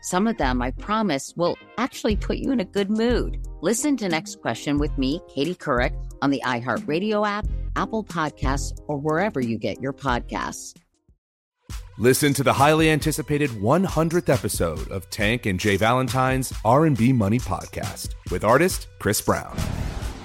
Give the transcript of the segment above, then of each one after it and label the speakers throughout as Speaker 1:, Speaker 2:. Speaker 1: Some of them, I promise, will actually put you in a good mood. Listen to Next Question with me, Katie Couric, on the iHeartRadio app, Apple Podcasts, or wherever you get your podcasts.
Speaker 2: Listen to the highly anticipated 100th episode of Tank and Jay Valentine's R&B Money podcast with artist Chris Brown.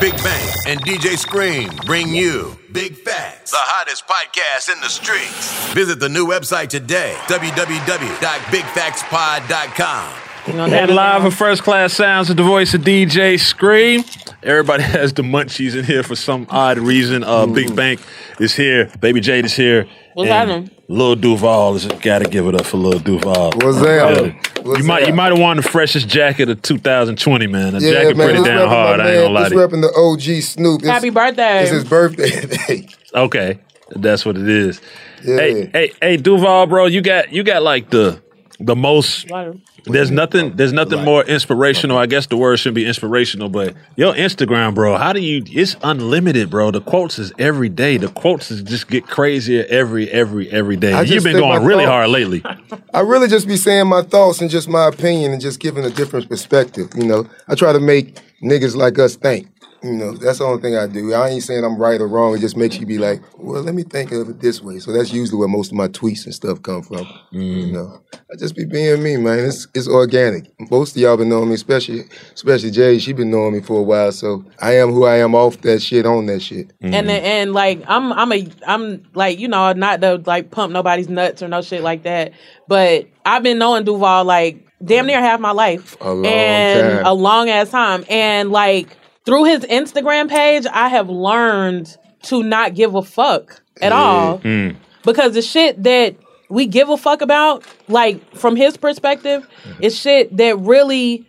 Speaker 3: Big Bang and DJ Scream bring you Big Facts, the hottest podcast in the streets. Visit the new website today, www.bigfactspod.com.
Speaker 4: And live in first class sounds of the voice of DJ Scream. Everybody has the munchies in here for some odd reason. Uh, Big Bank is here. Baby Jade is here.
Speaker 5: What's
Speaker 4: and
Speaker 5: happening?
Speaker 4: Lil Duval is gotta give it up for Lil Duval.
Speaker 6: What's up?
Speaker 4: Yeah.
Speaker 6: What's
Speaker 4: you might you
Speaker 6: up?
Speaker 4: might have won the freshest jacket of 2020, man. The jacket
Speaker 6: man,
Speaker 4: pretty
Speaker 6: this
Speaker 4: down
Speaker 6: repping
Speaker 4: hard.
Speaker 6: my
Speaker 4: I ain't gonna
Speaker 6: man.
Speaker 4: lie to
Speaker 6: This
Speaker 4: you.
Speaker 6: repping the OG Snoop. It's-
Speaker 5: Happy birthday.
Speaker 6: It's his birthday.
Speaker 4: Okay, that's what it is. Hey, hey, hey, Duval, bro, you got you got like the the most. There's nothing. There's nothing more inspirational. I guess the word shouldn't be inspirational, but your Instagram, bro. How do you? It's unlimited, bro. The quotes is every day. The quotes is just get crazier every every every day.
Speaker 6: I
Speaker 4: You've
Speaker 6: just
Speaker 4: been
Speaker 6: said my
Speaker 4: going really
Speaker 6: thoughts.
Speaker 4: hard lately.
Speaker 6: I really just be saying my thoughts and just my opinion and just giving a different perspective. You know, I try to make niggas like us think. You know, that's the only thing I do. I ain't saying I'm right or wrong. It just makes you be like, well, let me think of it this way. So that's usually where most of my tweets and stuff come from.
Speaker 4: Mm-hmm.
Speaker 6: You know, I just be being me, man. It's it's organic. Most of y'all been knowing me, especially especially Jay. She been knowing me for a while, so I am who I am off that shit, on that shit.
Speaker 5: And then, and like I'm I'm a I'm like you know not to like pump nobody's nuts or no shit like that, but I've been knowing Duval like damn near half my life
Speaker 6: A long
Speaker 5: and
Speaker 6: time.
Speaker 5: a long ass time, and like through his Instagram page, I have learned to not give a fuck at all because the shit that we give a fuck about, like from his perspective, is shit that really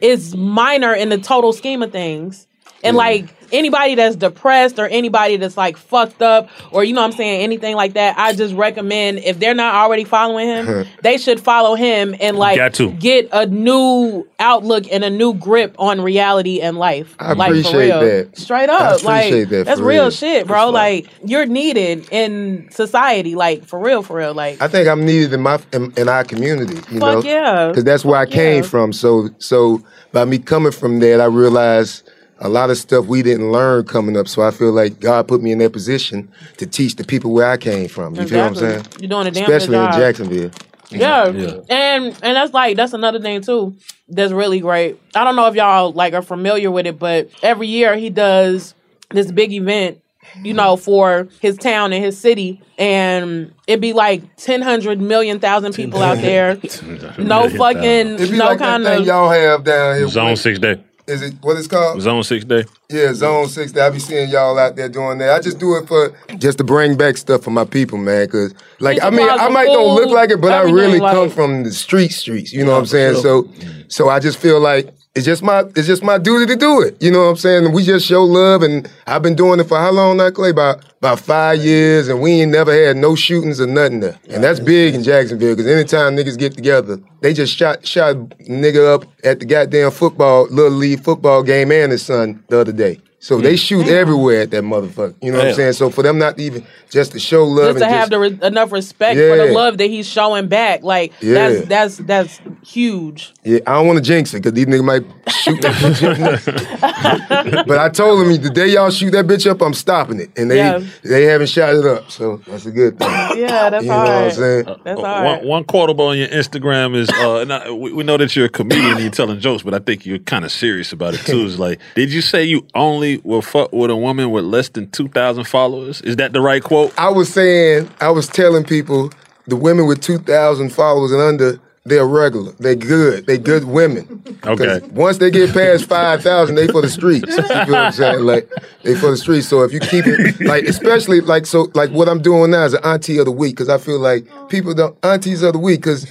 Speaker 5: is minor in the total scheme of things. And like anybody that's depressed or anybody that's like fucked up or you know what I'm saying, anything like that, I just recommend if they're not already following him, they should follow him and like
Speaker 4: Got to.
Speaker 5: get a new outlook and a new grip on reality and life.
Speaker 6: I
Speaker 5: like for
Speaker 6: appreciate
Speaker 5: real.
Speaker 6: that.
Speaker 5: Straight
Speaker 6: I
Speaker 5: up.
Speaker 6: appreciate
Speaker 5: Like
Speaker 6: that,
Speaker 5: that's
Speaker 6: for
Speaker 5: real
Speaker 6: real.
Speaker 5: shit, bro. Like you're needed in society, like for real, for real. Like
Speaker 6: I think I'm needed in my in, in our community. You know,
Speaker 5: Fuck yeah.
Speaker 6: because that's where I came
Speaker 5: yeah.
Speaker 6: from. So so by me coming from that, I realized a lot of stuff we didn't learn coming up. So I feel like God put me in that position to teach the people where I came from. You feel what I'm saying?
Speaker 5: Exactly. You're doing a damn good
Speaker 6: Especially
Speaker 5: job.
Speaker 6: in Jacksonville.
Speaker 5: Yeah.
Speaker 4: Yeah.
Speaker 5: And and that's like that's another thing too that's really great. I don't know if y'all like are familiar with it, but every year he does this big event, you know, for his town and his city. And it'd be like ten hundred million thousand people out there. No
Speaker 4: Million
Speaker 5: fucking
Speaker 6: It'd be
Speaker 5: no
Speaker 6: like
Speaker 5: kind
Speaker 6: that thing
Speaker 5: of
Speaker 6: y'all have down here.
Speaker 4: thousand. Zone six day.
Speaker 6: Is it what it's called?
Speaker 4: Zone six day.
Speaker 6: Yeah, Zone Six. That I be seeing y'all out there doing that. I just do it for just to bring back stuff for my people, man. Cause like I
Speaker 5: People
Speaker 6: mean,
Speaker 5: out
Speaker 6: I
Speaker 5: for
Speaker 6: might don't look
Speaker 5: food,
Speaker 6: like it, but I
Speaker 5: everything,
Speaker 6: really come
Speaker 5: like-
Speaker 6: from the street streets. You know what I'm saying? So, so I just feel like it's just my it's just my duty to do it. You know what I'm saying? We just show love, and I've been doing it for how long now, Clay? About about five years, and we ain't never had no shootings or nothing there, and that's big in Jacksonville. Cause anytime niggas get together, they just shot shot nigga up at the goddamn football little league football game and his son the other day. So they shoot everywhere at that motherfucker. You know what I'm
Speaker 5: Mm. Damn.
Speaker 6: saying? So for them not to even just to show love
Speaker 5: just to
Speaker 6: and just,
Speaker 5: have the re- enough respect for the
Speaker 6: Yeah.
Speaker 5: love that he's showing back, like
Speaker 6: Yeah.
Speaker 5: that's that's that's huge.
Speaker 6: yeah, I don't want to jinx it because these niggas might shoot. but I told them the day y'all shoot that bitch up, I'm stopping it, and they
Speaker 4: Yeah.
Speaker 6: they haven't shot it up. So that's a good thing.
Speaker 5: Yeah, that's
Speaker 6: you know what I'm saying?
Speaker 5: That's
Speaker 4: One, one quotable on your Instagram is, uh, and I, we, we know that you're a comedian and you're telling jokes, but I think you're kind of serious about it too. Is like, did you say you only will fuck with a woman with less than 2,000 followers? Is that the right quote?
Speaker 6: I was saying, I was telling people the women with 2,000 followers and under, they're regular. They're good. They're good women.
Speaker 4: Okay.
Speaker 6: 'Cause Once they get past 5,000, they for the streets. You feel what I'm saying? Like, they for the streets. So if you keep it, like, especially, like, so, like, what I'm doing now is an auntie of the week because I feel like people don't, aunties of the week, because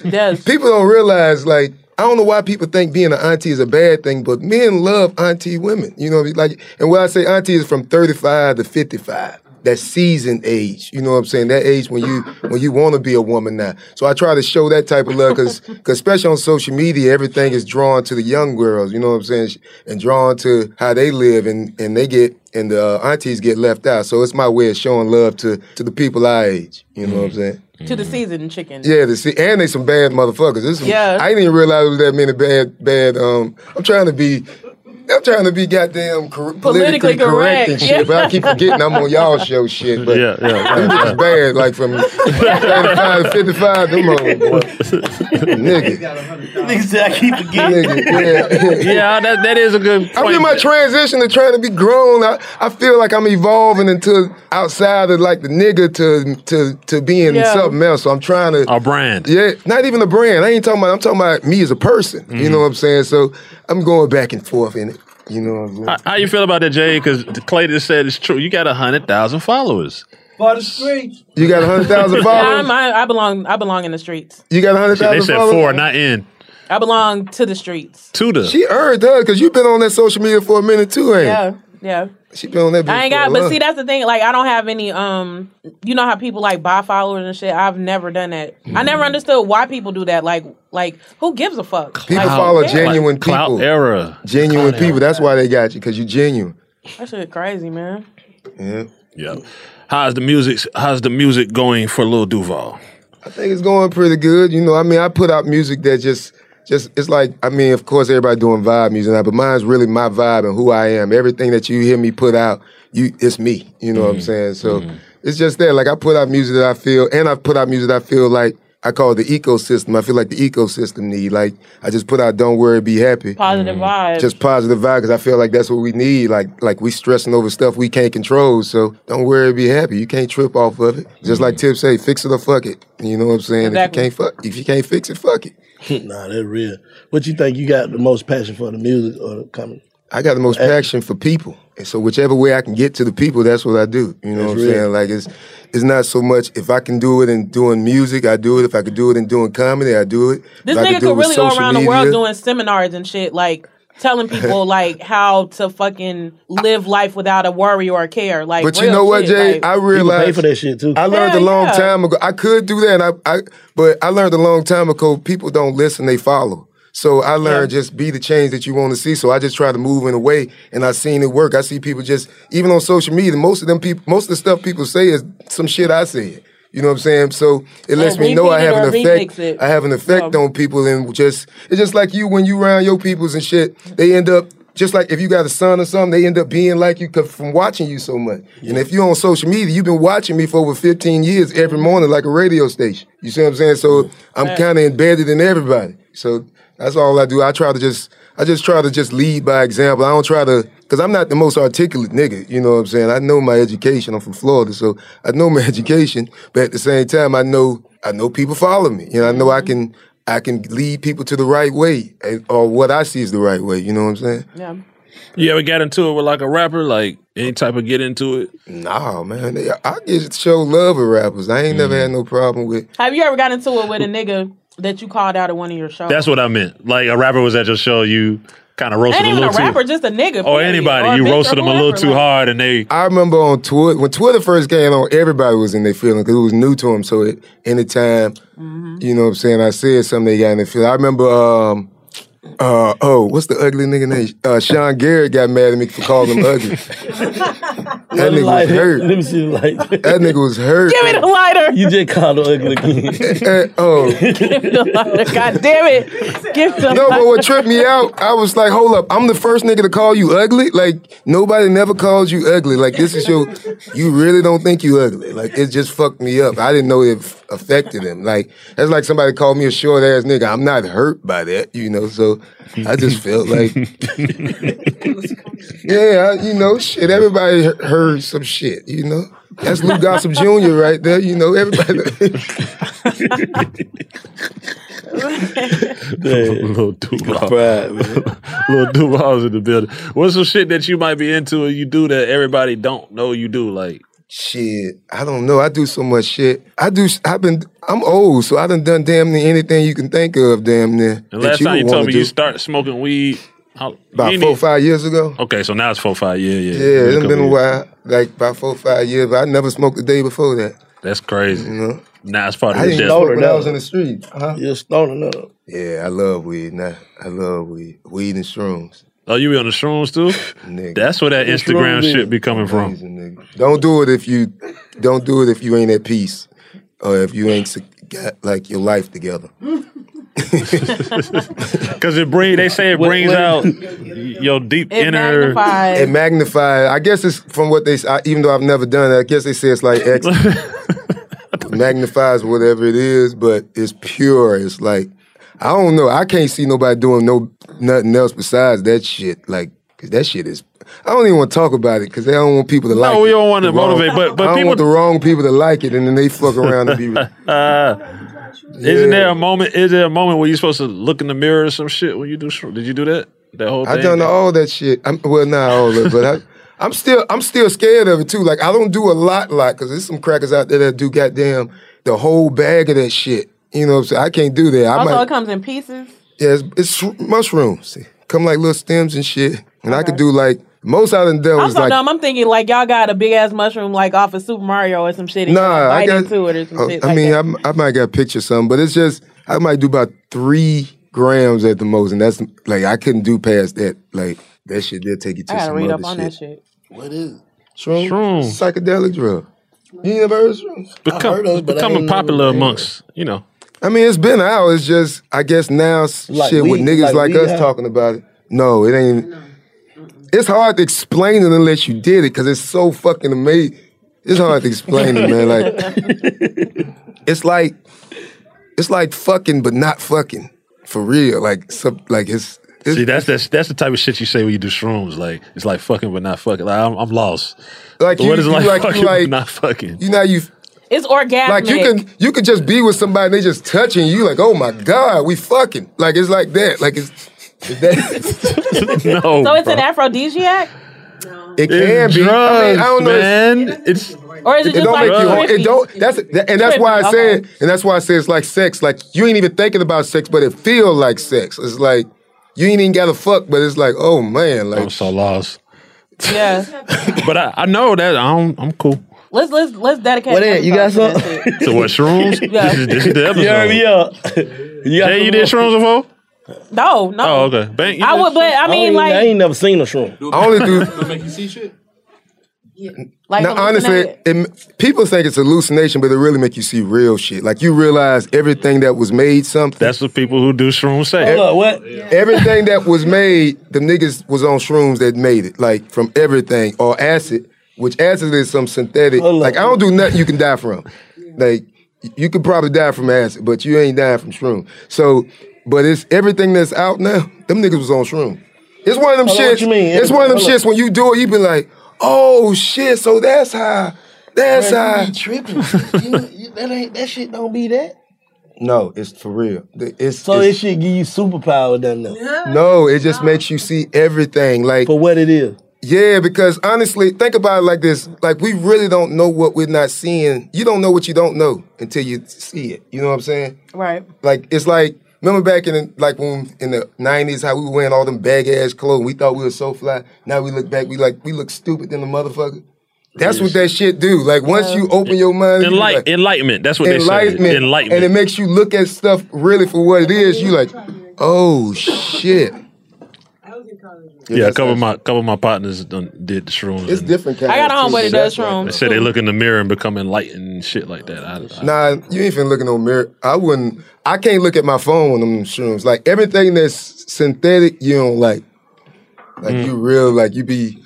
Speaker 6: people don't realize, like, I don't know why people think being an auntie is a bad thing, but men love auntie women. You know what I mean? Like, and when I say auntie is from 35 to 55 that seasoned age. You know what I'm saying? That age when you when you want to be a woman now. So I try to show that type of love because especially on social media, everything is drawn to the young girls. You know what I'm saying? And drawn to how they live and and they get and the uh, aunties get left out. So it's my way of showing love to to the people I age. You know what I'm
Speaker 5: Mm.
Speaker 6: saying?
Speaker 5: To the seasoned chicken.
Speaker 6: Yeah, the see, and they some bad motherfuckers. This is-
Speaker 5: Yeah.
Speaker 6: I didn't even realize it was that many bad, bad. Um, I'm trying to be, I'm trying to be goddamn cor- politically
Speaker 5: Politically
Speaker 6: correct,
Speaker 5: correct,
Speaker 6: and shit,
Speaker 5: yeah.
Speaker 6: but I keep forgetting I'm on y'all show shit. But yeah, yeah, them niggas bad, like from 35 to 55, them old boy. nigga,
Speaker 7: Exactly. keep
Speaker 6: nigga, yeah.
Speaker 4: yeah, that, that is a good point.
Speaker 6: I'm in my transition to trying to be grown. I, I feel like I'm evolving into outside of like the nigga to to to being
Speaker 4: Yeah.
Speaker 6: something else. So I'm trying to
Speaker 4: A brand.
Speaker 6: yeah, not even a brand. I ain't talking about. I'm talking about me as a person. You
Speaker 4: Mm-hmm.
Speaker 6: know what I'm saying? So I'm going back and forth in it. You know what I'm saying?
Speaker 4: How, how you feel about that, Jay? Because Clay just said it's true. You got 100,000 followers.
Speaker 7: For the streets.
Speaker 6: You got 100,000
Speaker 5: Yeah,
Speaker 6: followers.
Speaker 5: I'm, I, I belong. I belong in the streets.
Speaker 6: You got
Speaker 4: They
Speaker 6: 100,000
Speaker 4: said
Speaker 6: followers?
Speaker 4: four, not in.
Speaker 5: I belong to the streets.
Speaker 4: Two the.
Speaker 6: She earned her because you've been on that social media for a minute too, ain't?
Speaker 5: Yeah, yeah.
Speaker 6: She been on that.
Speaker 5: I ain't
Speaker 6: bitch
Speaker 5: got,
Speaker 6: for a
Speaker 5: but
Speaker 6: long-
Speaker 5: see, that's the thing. Like, I don't have any. Um, you know how people like buy followers and shit. I've never done that. I
Speaker 6: Mm.
Speaker 5: never understood why people do that. Like, like who gives a fuck?
Speaker 6: People
Speaker 5: like, who
Speaker 6: follow
Speaker 5: cares?
Speaker 6: genuine people.
Speaker 4: era.
Speaker 6: Genuine people. That's why they got you because you're genuine.
Speaker 5: That shit crazy, man.
Speaker 6: Yeah.
Speaker 4: Yeah. How's the music? How's the music going for Lil Duval?
Speaker 6: I think it's going pretty good. You know, I mean, I put out music that just, just it's like, I mean, of course, everybody doing vibe music now, but mine's really my vibe and who I am. Everything that you hear me put out, you, it's me. You know what I'm saying? So it's just that. Like I put out music that I feel, and I've put out music that I feel like I call it the ecosystem. I feel like the ecosystem need. Like I just put out "Don't Worry, Be Happy."
Speaker 5: Positive vibes.
Speaker 6: Mm-hmm. Just positive vibe because I feel like that's what we need. Like like we stressing over stuff we can't control. So don't worry, be happy. You can't trip off of it. Just like Tip say, fix it or fuck it. You know what I'm saying?
Speaker 7: Exactly.
Speaker 6: If you can't fuck, if you can't fix it, fuck it.
Speaker 7: nah, that real. What you think you got the most passion for the music or the comedy?
Speaker 6: I got the most passion for people. And so whichever way I can get to the people, that's what I do. You know
Speaker 7: That's
Speaker 6: what I'm
Speaker 7: real.
Speaker 6: saying? Like it's it's not so much if I can do it in doing music, I do it. If I could do it in doing comedy, I do it.
Speaker 5: This
Speaker 6: if I
Speaker 5: nigga
Speaker 6: do it
Speaker 5: could
Speaker 6: with
Speaker 5: really go
Speaker 6: social
Speaker 5: around the world
Speaker 6: media-
Speaker 5: doing seminars and shit, like telling people like how to fucking live life without a worry or a care. Like,
Speaker 6: but you
Speaker 5: real
Speaker 6: know what,
Speaker 5: shit,
Speaker 6: Jay?
Speaker 5: like-
Speaker 6: I realized I learned a
Speaker 5: Hell
Speaker 6: long
Speaker 5: yeah.
Speaker 6: time ago. I could do that, and I, I, but I learned a long time ago. People don't listen; they follow. So I learned just be the change that you want to see. So I just try to move in a way, and I seen it work. I see people just even on social media. Most of them people, most of the stuff people say is some shit I said. You know what I'm saying? So it lets
Speaker 5: Yeah,
Speaker 6: me know I
Speaker 5: repeat it
Speaker 6: have an
Speaker 5: or
Speaker 6: effect.
Speaker 5: remix it.
Speaker 6: I have an effect on people, and just it's just like you when you around your peoples and shit. They end up just like if you got a son or something, they end up being like you 'cause- from watching you so much. And if you're on social media, you've been watching me for over 15 years every morning, like a radio station. You see what I'm saying? So I'm
Speaker 5: Right.
Speaker 6: kind of embedded in everybody. So that's all I do. I try to just, I just try to just lead by example. I don't try to, because I'm not the most articulate nigga. You know what I'm saying? I know my education. I'm from Florida, so I know my education. But at the same time, I know, I know people follow me. You know, I know I can. I can lead people to the right way, eh, or what I see is the right way. You know what I'm saying?
Speaker 5: Yeah.
Speaker 4: You ever got into it with like a rapper? Like any type of get into it?
Speaker 6: Nah, man. They- I get show love with rappers. I ain't never had no problem with.
Speaker 5: Have you ever got into it with a nigga that you called out at one of your shows?
Speaker 4: That's what I meant. Like a rapper was at your show, you kind of roasted
Speaker 5: Ain't
Speaker 4: them a
Speaker 5: even a
Speaker 4: little Oh,
Speaker 5: rapper,
Speaker 4: too,
Speaker 5: just a nigga.
Speaker 4: or
Speaker 5: period.
Speaker 4: anybody.
Speaker 5: Or a
Speaker 4: you
Speaker 5: bitch
Speaker 4: roasted
Speaker 5: or
Speaker 4: them a little
Speaker 5: whoever,
Speaker 4: too
Speaker 5: like-
Speaker 4: hard, and they
Speaker 6: I remember on Twitter when Twitter first came on, everybody was in their feelings because it was new to them. So at any time, you know what I'm saying, I said something they got in their feelings. I remember um, Uh, oh, what's the ugly nigga name? Uh, Sean Garrett got mad at me for calling him ugly. That nigga was hurt.
Speaker 8: Let me see the light.
Speaker 6: That nigga was hurt.
Speaker 5: Give me the lighter.
Speaker 8: You just called her ugly
Speaker 6: again. oh.
Speaker 5: Give me the lighter. God damn it. Give me the
Speaker 6: No, but
Speaker 5: lighter.
Speaker 6: what tripped me out, I was like, hold up, I'm the first nigga to call you ugly. Like nobody never called you ugly. Like this is your, you really don't think you ugly. Like it just fucked me up. I didn't know it f- affected him. Like that's like somebody called me a short ass nigga. I'm not hurt by that, you know. So I just felt like, yeah, I- you know, shit. Everybody he- heard some shit, you know. That's Lou Gossip Jr. right there, you know. Everybody.
Speaker 4: Little Duval. Little Duval's in the building. What's some shit that you might be into or you do that everybody don't know you do? Like,
Speaker 6: Shit, I don't know. I do so much shit. I do. I've been. I'm old, so I done done damn near anything you can think of. Damn near.
Speaker 4: and
Speaker 6: that
Speaker 4: last time
Speaker 6: would
Speaker 4: you
Speaker 6: wanna
Speaker 4: told me
Speaker 6: do.
Speaker 4: you start smoking weed. How,
Speaker 6: about
Speaker 4: you
Speaker 6: four
Speaker 4: need-
Speaker 6: five years ago.
Speaker 4: Okay, so now it's four five. Yeah, yeah.
Speaker 6: Yeah, it's been a while. Like about four five years, but I never smoked the day before that.
Speaker 4: That's crazy. Now it's part of
Speaker 6: Mm-hmm. I
Speaker 4: the
Speaker 6: didn't
Speaker 4: death.
Speaker 6: smoke when I was in the street. Huh?
Speaker 8: You're stoning up.
Speaker 6: Yeah, I love weed. Nah, I love weed. Weed and shrooms.
Speaker 4: Oh, you be on the shrooms too?
Speaker 6: Nigga.
Speaker 4: That's where that
Speaker 6: The
Speaker 4: Instagram
Speaker 6: shrooms
Speaker 4: shit
Speaker 6: is
Speaker 4: be coming from.
Speaker 6: Don't do it if you don't do it if you ain't at peace, or if you ain't se- got like your life together.
Speaker 4: Because it bring, they say it brings out your deep inner.
Speaker 6: It magnified. I guess it's from what they. s- I, even though I've never done it, I guess they say it's like X. magnifies whatever it is, but it's pure. It's like I don't know. I can't see nobody doing no nothing else besides that shit. Like 'cause that shit is. I don't even want to talk about it because I don't want people to
Speaker 4: No,
Speaker 6: like.
Speaker 4: we
Speaker 6: it.
Speaker 4: don't wanna
Speaker 6: The wrong-
Speaker 4: motivate, but- but
Speaker 6: I don't
Speaker 4: people-
Speaker 6: want the wrong people to like it, and then they fuck around and be.
Speaker 4: Uh, Isn't there a moment? Is there a moment where you're supposed to look in the mirror or some shit when you do? shroom? Did you do that? That whole thing.
Speaker 6: I done all that shit. I'm, well, not all of it, but I, I'm still I'm still scared of it too. Like I don't do a lot, lot, because there's some crackers out there that do goddamn the whole bag of that shit. You know, what I'm saying? I can't do that. I
Speaker 5: Also,
Speaker 6: might,
Speaker 5: it comes in pieces.
Speaker 6: yeah, it's, it's mushrooms. Come like little stems and shit, and I could do like most I done done
Speaker 5: I'm
Speaker 6: was
Speaker 5: so
Speaker 6: like
Speaker 5: dumb. I'm thinking like y'all got a big ass mushroom like off of Super Mario or some shit. And
Speaker 6: Nah,
Speaker 5: nah,
Speaker 6: I
Speaker 5: I
Speaker 6: got-
Speaker 5: into it or some
Speaker 6: Oh,
Speaker 5: shit.
Speaker 6: I
Speaker 5: like
Speaker 6: mean,
Speaker 5: that.
Speaker 6: I, I might got a picture of something, but it's just I might do about three grams at the most, and that's like I couldn't do past that. Like that shit, they'll take you to
Speaker 5: I gotta
Speaker 6: some
Speaker 5: read
Speaker 6: other
Speaker 5: up on
Speaker 6: shit.
Speaker 5: that shit.
Speaker 8: What is it?
Speaker 6: Shrooms,
Speaker 4: Shrooms.
Speaker 6: psychedelic drug. You ain't never heard of shrooms?
Speaker 4: Become, becoming popular amongst you know.
Speaker 6: I mean, it's been out. It's just I guess now s-
Speaker 4: Like
Speaker 6: shit with
Speaker 4: weed-
Speaker 6: niggas
Speaker 4: like
Speaker 6: like,
Speaker 4: weed
Speaker 6: us
Speaker 4: out?
Speaker 6: talking about it. No, it ain't. It's hard to explain it unless you did it because it's so fucking amazing. It's hard to explain it, man. Like it's like it's like fucking, but not fucking for real. Like sub, like it's
Speaker 4: See, that's that's that's the type of shit you say when you do shrooms. Like it's like fucking, but not fucking. Like I'm, I'm lost.
Speaker 6: Like,
Speaker 4: what
Speaker 6: you-
Speaker 4: is it
Speaker 6: you
Speaker 4: like,
Speaker 6: like- you
Speaker 4: fucking,
Speaker 6: like-
Speaker 4: but not fucking?
Speaker 6: you know how you
Speaker 5: It's orgasmic.
Speaker 6: like you can you can just be with somebody and they just touching you like oh my god we fucking like it's like that like it's. it's that.
Speaker 4: no,
Speaker 5: so it's an aphrodisiac,
Speaker 6: It can be. I mean, I don't know.
Speaker 4: Man. It's
Speaker 5: or is it, just
Speaker 6: don't
Speaker 5: like
Speaker 6: make you.
Speaker 5: trippy?
Speaker 6: It don't. That's that- and that's why I
Speaker 5: Trippy,
Speaker 6: said. And that's why I say it's like sex. Like you ain't even thinking about sex, but it feel like sex. It's like you ain't even got to fuck, but it's like oh man, like
Speaker 4: I'm so lost.
Speaker 5: Yeah,
Speaker 4: but I, I know that I'm I'm cool.
Speaker 5: let's let's let's dedicate.
Speaker 4: What
Speaker 5: an
Speaker 4: is it? You got
Speaker 5: episode to that shit.
Speaker 4: So what shrooms?
Speaker 5: Yeah.
Speaker 4: This is this is the episode.
Speaker 5: You heard me
Speaker 8: up.
Speaker 4: Jay,
Speaker 6: uh,
Speaker 4: you did shrooms before?
Speaker 5: No, no.
Speaker 4: Oh, okay. Bang, you
Speaker 5: I
Speaker 4: did
Speaker 5: would, but I
Speaker 8: don't
Speaker 5: mean,
Speaker 8: even-
Speaker 5: like,
Speaker 8: I ain't never seen a shroom.
Speaker 6: I only do.
Speaker 9: make you see shit?
Speaker 5: like
Speaker 6: now, honestly, it, people think it's hallucination, but it really make you see real shit. Like you realize everything that was made something.
Speaker 4: That's what people who do shrooms say.
Speaker 6: Hold up, what? Everything that was made, the niggas was on shrooms that made it. Like from everything or acid, which acid is some synthetic. Like I don't do nothing you can die from. Like you could probably die from acid, but you ain't dying from shroom. So, but it's everything that's out now. Them niggas was on shroom. It's one of them
Speaker 8: Hold on,
Speaker 6: shits.
Speaker 8: what you mean?
Speaker 6: It's one of them
Speaker 8: Hold on.
Speaker 6: shits when you do it, you be like, oh shit. So that's how. That's
Speaker 8: Man,
Speaker 6: how.
Speaker 8: you be tripping. You- you- that ain't that shit. Don't be that.
Speaker 6: No, it's for real. It's
Speaker 8: so this shit give you superpower, doesn't it?
Speaker 6: No, it just makes you see everything like for
Speaker 8: what it is.
Speaker 6: Yeah, because honestly, think about it like this: like we really don't know what we're not seeing. You don't know what you don't know until you see it. You know what I'm saying?
Speaker 5: right.
Speaker 6: Like it's like remember back in the, like when in the '90s how we were wearing all them bag ass clothes. We thought we were so fly. Now we look back, we like we look stupid than the motherfucker. That's what that shit do. Like once you open your mind, you be
Speaker 4: Enlight,
Speaker 6: like,
Speaker 4: enlightenment. That's what
Speaker 6: enlightenment,
Speaker 4: they say. Enlightenment.
Speaker 6: and it makes you look at stuff really for what it is. You like, Oh shit!
Speaker 4: Yeah, a couple of my couple of my partners done did the shrooms.
Speaker 6: It's different.
Speaker 5: I got a homeboy that does
Speaker 4: and They
Speaker 5: shrooms.
Speaker 4: said they look in the mirror and become enlightened and shit like that. I, I-
Speaker 6: Nah, you ain't finna look in no mirror. I wouldn't. I can't look at my phone when I'm shrooms. Like everything that's synthetic, you don't like. Like
Speaker 4: Hmm.
Speaker 6: you real, like you be.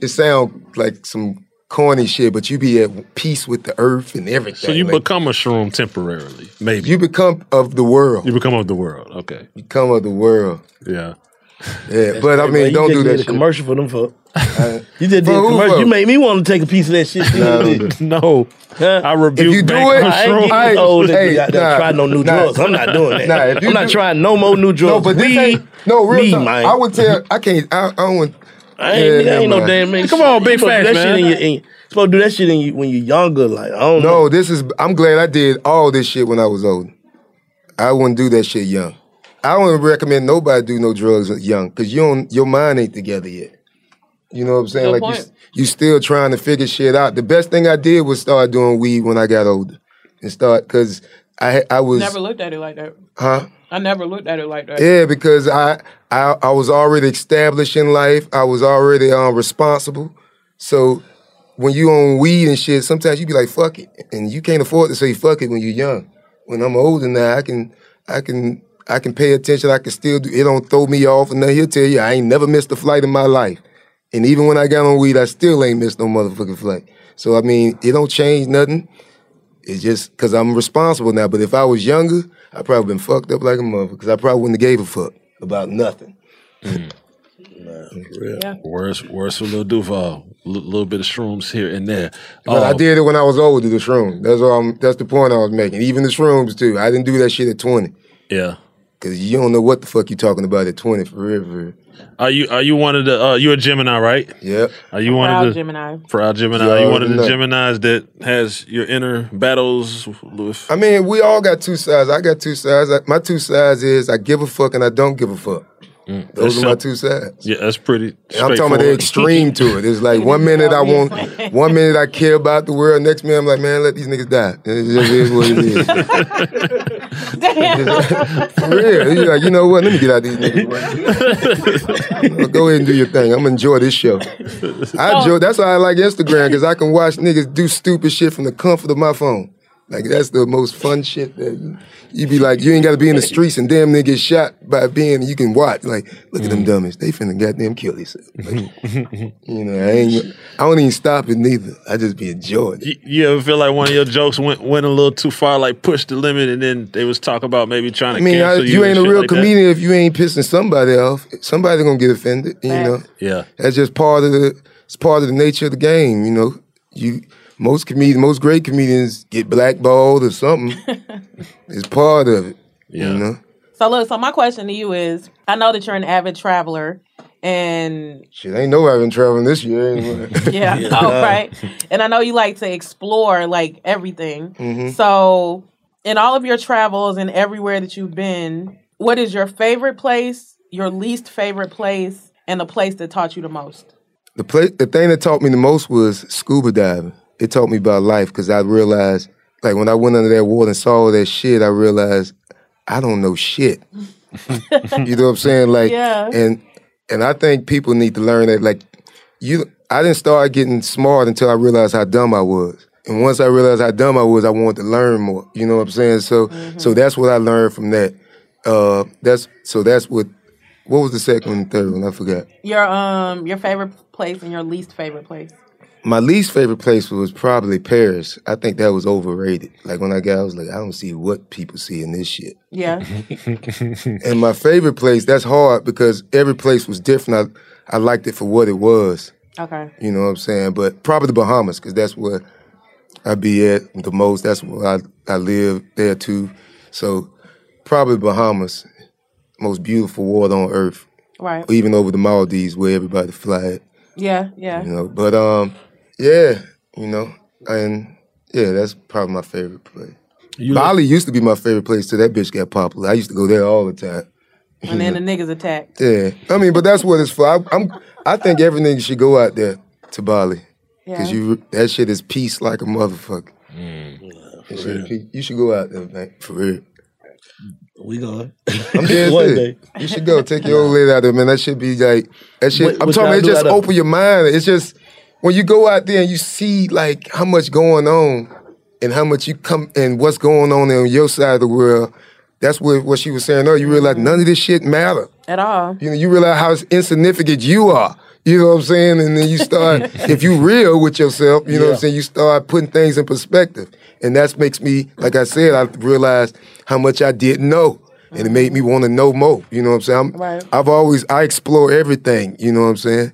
Speaker 6: It sound like some corny shit, but you be at peace with the earth and everything.
Speaker 4: so you
Speaker 6: Like,
Speaker 4: become a shroom temporarily, maybe.
Speaker 6: you become of the world. You
Speaker 4: become of the world. Okay.
Speaker 6: Become of the world.
Speaker 4: Yeah.
Speaker 6: Yeah, but I
Speaker 8: Hey,
Speaker 6: mean,
Speaker 8: bro,
Speaker 6: don't
Speaker 8: you just
Speaker 6: do that.
Speaker 8: did a
Speaker 6: Shit.
Speaker 8: commercial for them for.
Speaker 6: I-
Speaker 8: You just did
Speaker 6: For
Speaker 8: a
Speaker 6: who,
Speaker 8: commercial.
Speaker 6: for?
Speaker 8: You made me want to take a piece of that shit.
Speaker 4: no, I rebuke.
Speaker 8: If you do it, I ain't getting old. Hey, I don't try no new drugs. I'm not doing that.
Speaker 6: Nah, if you
Speaker 8: I'm not
Speaker 6: do-
Speaker 8: trying no more new drugs.
Speaker 6: No, but this
Speaker 8: Weed,
Speaker 6: ain't no Oh, real
Speaker 8: me,
Speaker 6: talk.
Speaker 8: man.
Speaker 6: I would tell. I can't. I, I don't.
Speaker 8: I ain't, I ain't no damn man. Come on,
Speaker 6: big facts,
Speaker 8: that
Speaker 6: man.
Speaker 8: Shit in your, in, you supposed to do that shit in you, when you're younger. Like I
Speaker 6: No,
Speaker 8: don't know.
Speaker 6: this is. I'm glad I did all this shit when I was old. I wouldn't do that shit young. I wouldn't recommend nobody do no drugs young because you don't. Your mind ain't together yet. You know what I'm saying?
Speaker 8: Good
Speaker 6: like you,
Speaker 8: point.
Speaker 6: s- you still trying to figure shit out. The best thing I did was start doing weed when I got older and start because I I was
Speaker 5: Never looked at it like that.
Speaker 6: huh.
Speaker 5: I never looked at it like that.
Speaker 6: Yeah, because I I I was already established in life. I was already um, responsible. So when you on weed and shit, sometimes you be like fuck it, and you can't afford to say fuck it when you're young. When I'm older now, I can I can I can pay attention. I can still do. It don't throw me off. And then he'll tell you I ain't never missed a flight in my life. And even when I got on weed, I still ain't missed no motherfucking flight. So I mean, it don't change nothing. It's just because I'm responsible now. But if I was younger, I probably been fucked up like a mother because I probably wouldn't have gave a fuck about nothing.
Speaker 5: Yeah.
Speaker 4: Worse, worse for little Duval. A little bit of shrooms here and there.
Speaker 6: But I
Speaker 4: Oh,
Speaker 6: did it when I was older, the shroom. That's all. I'm, that's the point I was making. Even the shrooms too. I didn't do that shit at twenty
Speaker 4: Yeah.
Speaker 6: because you don't know what the fuck you talking about at twenty forever.
Speaker 4: Are you are you one of the uh, you're a Gemini, right?
Speaker 6: Yeah.
Speaker 4: Are you one
Speaker 5: Proud
Speaker 4: of the
Speaker 5: Gemini.
Speaker 4: Proud Gemini.
Speaker 6: You
Speaker 4: Are you one of the
Speaker 6: already
Speaker 4: Geminis that has your inner battles with
Speaker 6: I mean, we all got two sides. I got two sides. I, my two sides is I give a fuck and I don't give a fuck.
Speaker 4: Mm,
Speaker 6: Those
Speaker 4: that's
Speaker 6: are my
Speaker 4: sim-
Speaker 6: two sides.
Speaker 4: Yeah, that's pretty.
Speaker 6: And I'm talking about the
Speaker 4: straightforward.
Speaker 6: extreme to it. It's like one minute I want, one minute I care about the world. Next minute I'm like, man, let these niggas die. It just is what it is. For real, you like, you know what? Let me get out of these niggas. bro. Go ahead and do your thing. I'm gonna enjoy this show. I
Speaker 5: Oh.
Speaker 6: enjoy. That's why I like Instagram because I can watch niggas do stupid shit from the comfort of my phone. Like that's the most fun shit that you, you be like, you ain't gotta be in the streets and damn nigga get shot by being you can watch. Like, look at them dummies. They finna goddamn kill themselves. Like, you know, I ain't I don't even stop it neither. I just be enjoying it.
Speaker 4: You, you ever feel like one of your jokes went went a little too far, like pushed the limit, and then they was talking about maybe trying to
Speaker 6: I mean, I,
Speaker 4: cancel
Speaker 6: you
Speaker 4: and
Speaker 6: ain't a
Speaker 4: shit
Speaker 6: real
Speaker 4: like that?
Speaker 6: comedian if you ain't pissing somebody off. Somebody gonna get offended. You know,
Speaker 4: Yeah.
Speaker 6: that's just part of the it's part of the nature of the game. You know, you most comedians, most great comedians get blackballed or something. it's part of it. You know,
Speaker 5: So look, so my question to you is: I know that you're an avid traveler, and
Speaker 6: shit, ain't nobody been traveling this year. ain't it?
Speaker 5: yeah, oh, right, and I know you like to explore like everything.
Speaker 6: Mhm.
Speaker 5: So, in all of your travels and everywhere that you've been, what is your favorite place, your least favorite place, and the place that taught you the most?
Speaker 6: The place, the thing that taught me the most was scuba diving. It taught me about life because I realized, like when I went under that water and saw all that shit, I realized I don't know shit. you know what I'm saying? Like,
Speaker 9: Yeah.
Speaker 6: and and I think people need to learn that. Like, you, I didn't start getting smart until I realized how dumb I was. And once I realized how dumb I was, I wanted to learn more. You know what I'm saying? So, so that's what I learned from that. Uh, that's so that's what. What was the second and third one? I forgot.
Speaker 5: Your um, your favorite place and your least favorite place.
Speaker 6: My least favorite place was probably Paris. I think that was overrated. Like when I got, I was like, I don't see what people see in this shit.
Speaker 5: Yeah.
Speaker 6: and my favorite place, that's hard because every place was different. I, I liked it for what it was.
Speaker 5: Okay.
Speaker 6: You know what I'm saying? But probably the Bahamas because that's where I be at the most. That's where I, I live there too. So probably Bahamas, most beautiful water on earth.
Speaker 5: Right.
Speaker 6: Even over the Maldives where everybody fly it
Speaker 5: Yeah. Yeah.
Speaker 6: you know. But um, yeah, you know, and yeah, that's probably my favorite place. Bali used to be my favorite place till that bitch got popular. I used to go there all the time.
Speaker 5: And then the niggas attack.
Speaker 6: Yeah, I mean, but that's what it's for. I, I'm, I think every nigga should go out there to Bali
Speaker 5: Yeah.
Speaker 6: because you that shit is peace like a motherfucker. That shit peace. You should go out there, man, for real.
Speaker 8: We going.
Speaker 6: I'm dead
Speaker 8: One
Speaker 6: serious.
Speaker 8: day.
Speaker 6: You should go take your old lady out there, man. That should be like that shit.
Speaker 8: What-
Speaker 6: I'm
Speaker 8: what
Speaker 6: talking.
Speaker 8: y'all
Speaker 6: It
Speaker 8: do out
Speaker 6: just
Speaker 8: of-
Speaker 6: open your mind. It's just when you go out there and you see like how much going on and how much you come and what's going on on your side of the world. That's what what she was saying. No, you realize none of this shit matter.
Speaker 5: Mm-hmm. at all.
Speaker 6: You know, you realize how insignificant you are. You know what I'm saying? And then you start, if you real with yourself, you know what
Speaker 8: Yeah.
Speaker 6: I'm saying, you start putting things in perspective. And that makes me, like I said, I realized how much I didn't know. And it made me want to know more. You know what I'm saying? I'm-
Speaker 8: Right.
Speaker 6: I've always I explore everything, you know what I'm saying?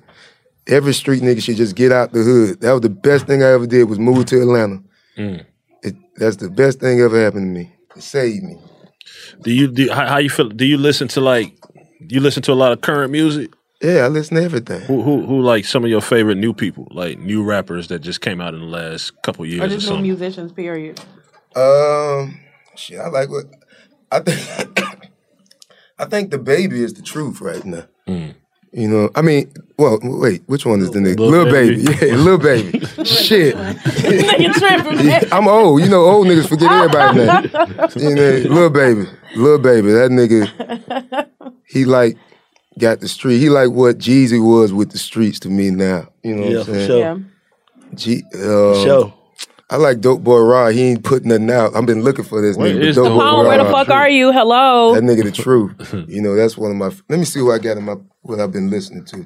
Speaker 6: Every street nigga should just get out the hood. That was the best thing I ever did was move to Atlanta.
Speaker 4: Mm.
Speaker 6: It, that's the best thing ever happened to me. It saved me.
Speaker 4: Do you do how, how you feel? Do you listen to like you listen to a lot of current music?
Speaker 6: Yeah, I listen to everything.
Speaker 4: Who who who like some of your favorite new people, like new rappers that just came out in the last couple years
Speaker 5: Or
Speaker 4: or,
Speaker 5: just new
Speaker 4: something?
Speaker 5: musicians, period.
Speaker 6: Um, shit, I like what I think. I think the baby is the truth right now.
Speaker 8: Mm.
Speaker 6: You know, I mean, well, wait, which one is the nigga? Little, baby. yeah, little baby. shit,
Speaker 5: Nigga tripping.
Speaker 6: Yeah, I'm old. You know, old niggas forget everybody now. You know, little baby, little baby. That nigga, he like got the street. He like what Jeezy was with the streets to me now. You know
Speaker 8: Yeah,
Speaker 6: what
Speaker 8: for
Speaker 6: I'm saying?
Speaker 8: sure. Yeah.
Speaker 6: G, um,
Speaker 8: sure.
Speaker 6: I like Dope Boy Rod. He ain't putting nothing out. I've been looking for this
Speaker 4: Where
Speaker 6: nigga.
Speaker 4: is
Speaker 6: Dope
Speaker 4: Dope
Speaker 6: Boy
Speaker 4: Boy
Speaker 5: Where the
Speaker 6: Rod.
Speaker 5: fuck are you? Hello.
Speaker 6: That nigga the truth. You know, that's one of my. Let me see what I got in my what I've been listening to.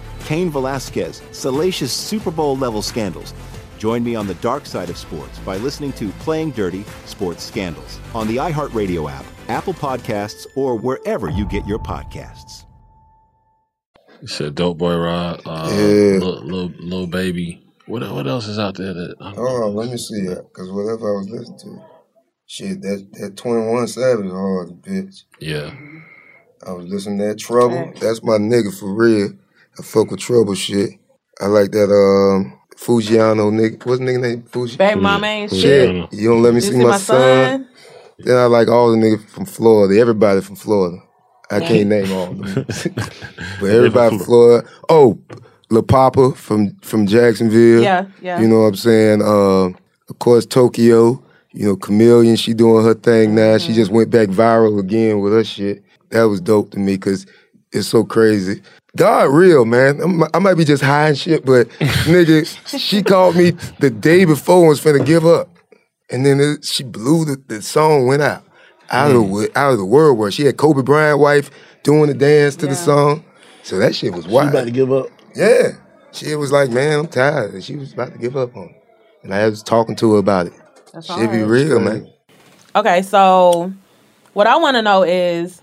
Speaker 10: Kane Velasquez, salacious Super Bowl level scandals. Join me on the dark side of sports by listening to Playing Dirty Sports Scandals on the iHeartRadio app, Apple Podcasts, or wherever you get your podcasts.
Speaker 4: You said Dope Boy Rod, uh,
Speaker 6: Yeah.
Speaker 4: little, little, baby. What what else is out there that? uh, I don't
Speaker 6: Oh, let me see that because whatever I was listening to, shit, that that Twenty One Savage oh, hard bitch.
Speaker 4: Yeah.
Speaker 6: I was listening to that Trouble. That's my nigga for real. I fuck with Trouble shit. I like that um Fujiano nigga. What's the nigga name? Fuji.
Speaker 5: Baby mama ain't shit.
Speaker 6: You don't let me
Speaker 5: You
Speaker 6: see, my, son. Then I like all the niggas from Florida. Everybody from Florida. I can't name all of them, but everybody from Florida. Oh, La Papa from from Jacksonville.
Speaker 8: Yeah, yeah.
Speaker 6: You know what I'm saying? Um, of course, Tokyo. You know, Chameleon. She doing her thing now.
Speaker 8: Mm-hmm.
Speaker 6: She just went back viral again with her shit. That was dope to me because it's so crazy. God real, man. I'm- i might be just high and shit, but nigga, she called me the day before and was finna give up. And then it, she blew the, the song went out.
Speaker 8: Mm.
Speaker 6: Out of the wo- out of the world where she had Kobe Bryant wife doing the dance to the song. So that shit was wild.
Speaker 8: about to give up.
Speaker 6: Yeah. She was like, man, I'm tired. And she was about to give up on it. And I was talking to her about it.
Speaker 5: That's
Speaker 6: Shit be
Speaker 5: alright.
Speaker 6: real, man.
Speaker 5: Okay, so what I want to know is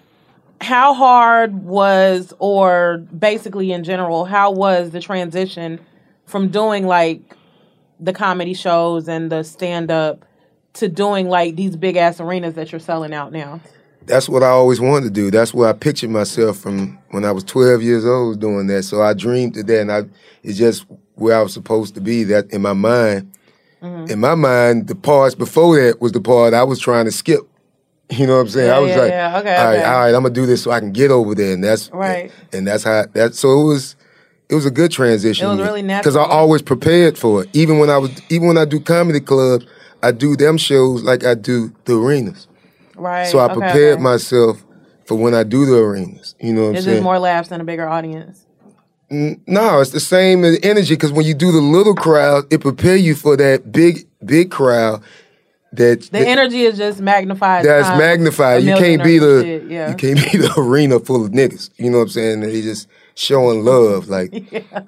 Speaker 5: how hard was, or basically in general, how was the transition from doing like the comedy shows and the stand up to doing like these big ass arenas that you're selling out now?
Speaker 6: that's what I always wanted to do. That's where I pictured myself from when I was 12 years old doing that. So I dreamed of that, and I it's just where I was supposed to be. That in my mind,
Speaker 5: Mm-hmm.
Speaker 6: in my mind, the parts before that was the part I was trying to skip. You know what I'm saying?
Speaker 5: Yeah,
Speaker 6: I was
Speaker 5: yeah,
Speaker 6: like,
Speaker 5: yeah. Okay,
Speaker 6: all right,
Speaker 5: okay.
Speaker 6: all right, I'm gonna do this so I can get over there, and that's
Speaker 5: Right.
Speaker 6: and that's how that. So it was, it was a good transition.
Speaker 5: It was really
Speaker 6: because I
Speaker 5: natural.
Speaker 6: always prepared for it. Even when I was, even when I do comedy clubs, I do them shows like I do the arenas.
Speaker 5: Right.
Speaker 6: So I
Speaker 5: okay,
Speaker 6: prepared
Speaker 5: okay.
Speaker 6: myself for when I do the arenas. You know what I'm
Speaker 5: Is
Speaker 6: saying?
Speaker 5: this more laughs than a bigger audience?
Speaker 6: N- no, it's the same in energy because when you do the little crowd, it prepare you for that big, big crowd. That
Speaker 5: The
Speaker 6: that-
Speaker 5: energy is just magnified.
Speaker 6: that's
Speaker 5: times
Speaker 6: magnified.
Speaker 5: uh, a
Speaker 6: You
Speaker 5: million
Speaker 6: can't be
Speaker 5: or
Speaker 6: the
Speaker 5: shit, yeah.
Speaker 6: you can't be the arena full of niggas. You know what I'm saying? They just showing love like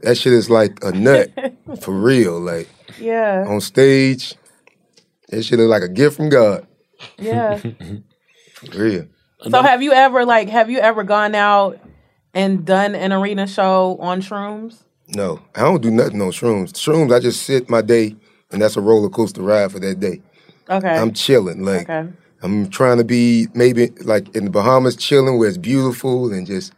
Speaker 6: that shit is like a nut for real. Like
Speaker 5: Yeah.
Speaker 6: on stage, that shit look like a gift from God.
Speaker 5: Yeah.
Speaker 6: For real.
Speaker 5: so have you ever like have you ever gone out and done an arena show on shrooms?
Speaker 6: No, I don't do nothing on shrooms. Shrooms, I just sit my day, and that's a roller coaster ride for that day.
Speaker 5: Okay.
Speaker 6: I'm chilling, like
Speaker 5: okay.
Speaker 6: I'm trying to be maybe like in the Bahamas, chilling where it's beautiful, and just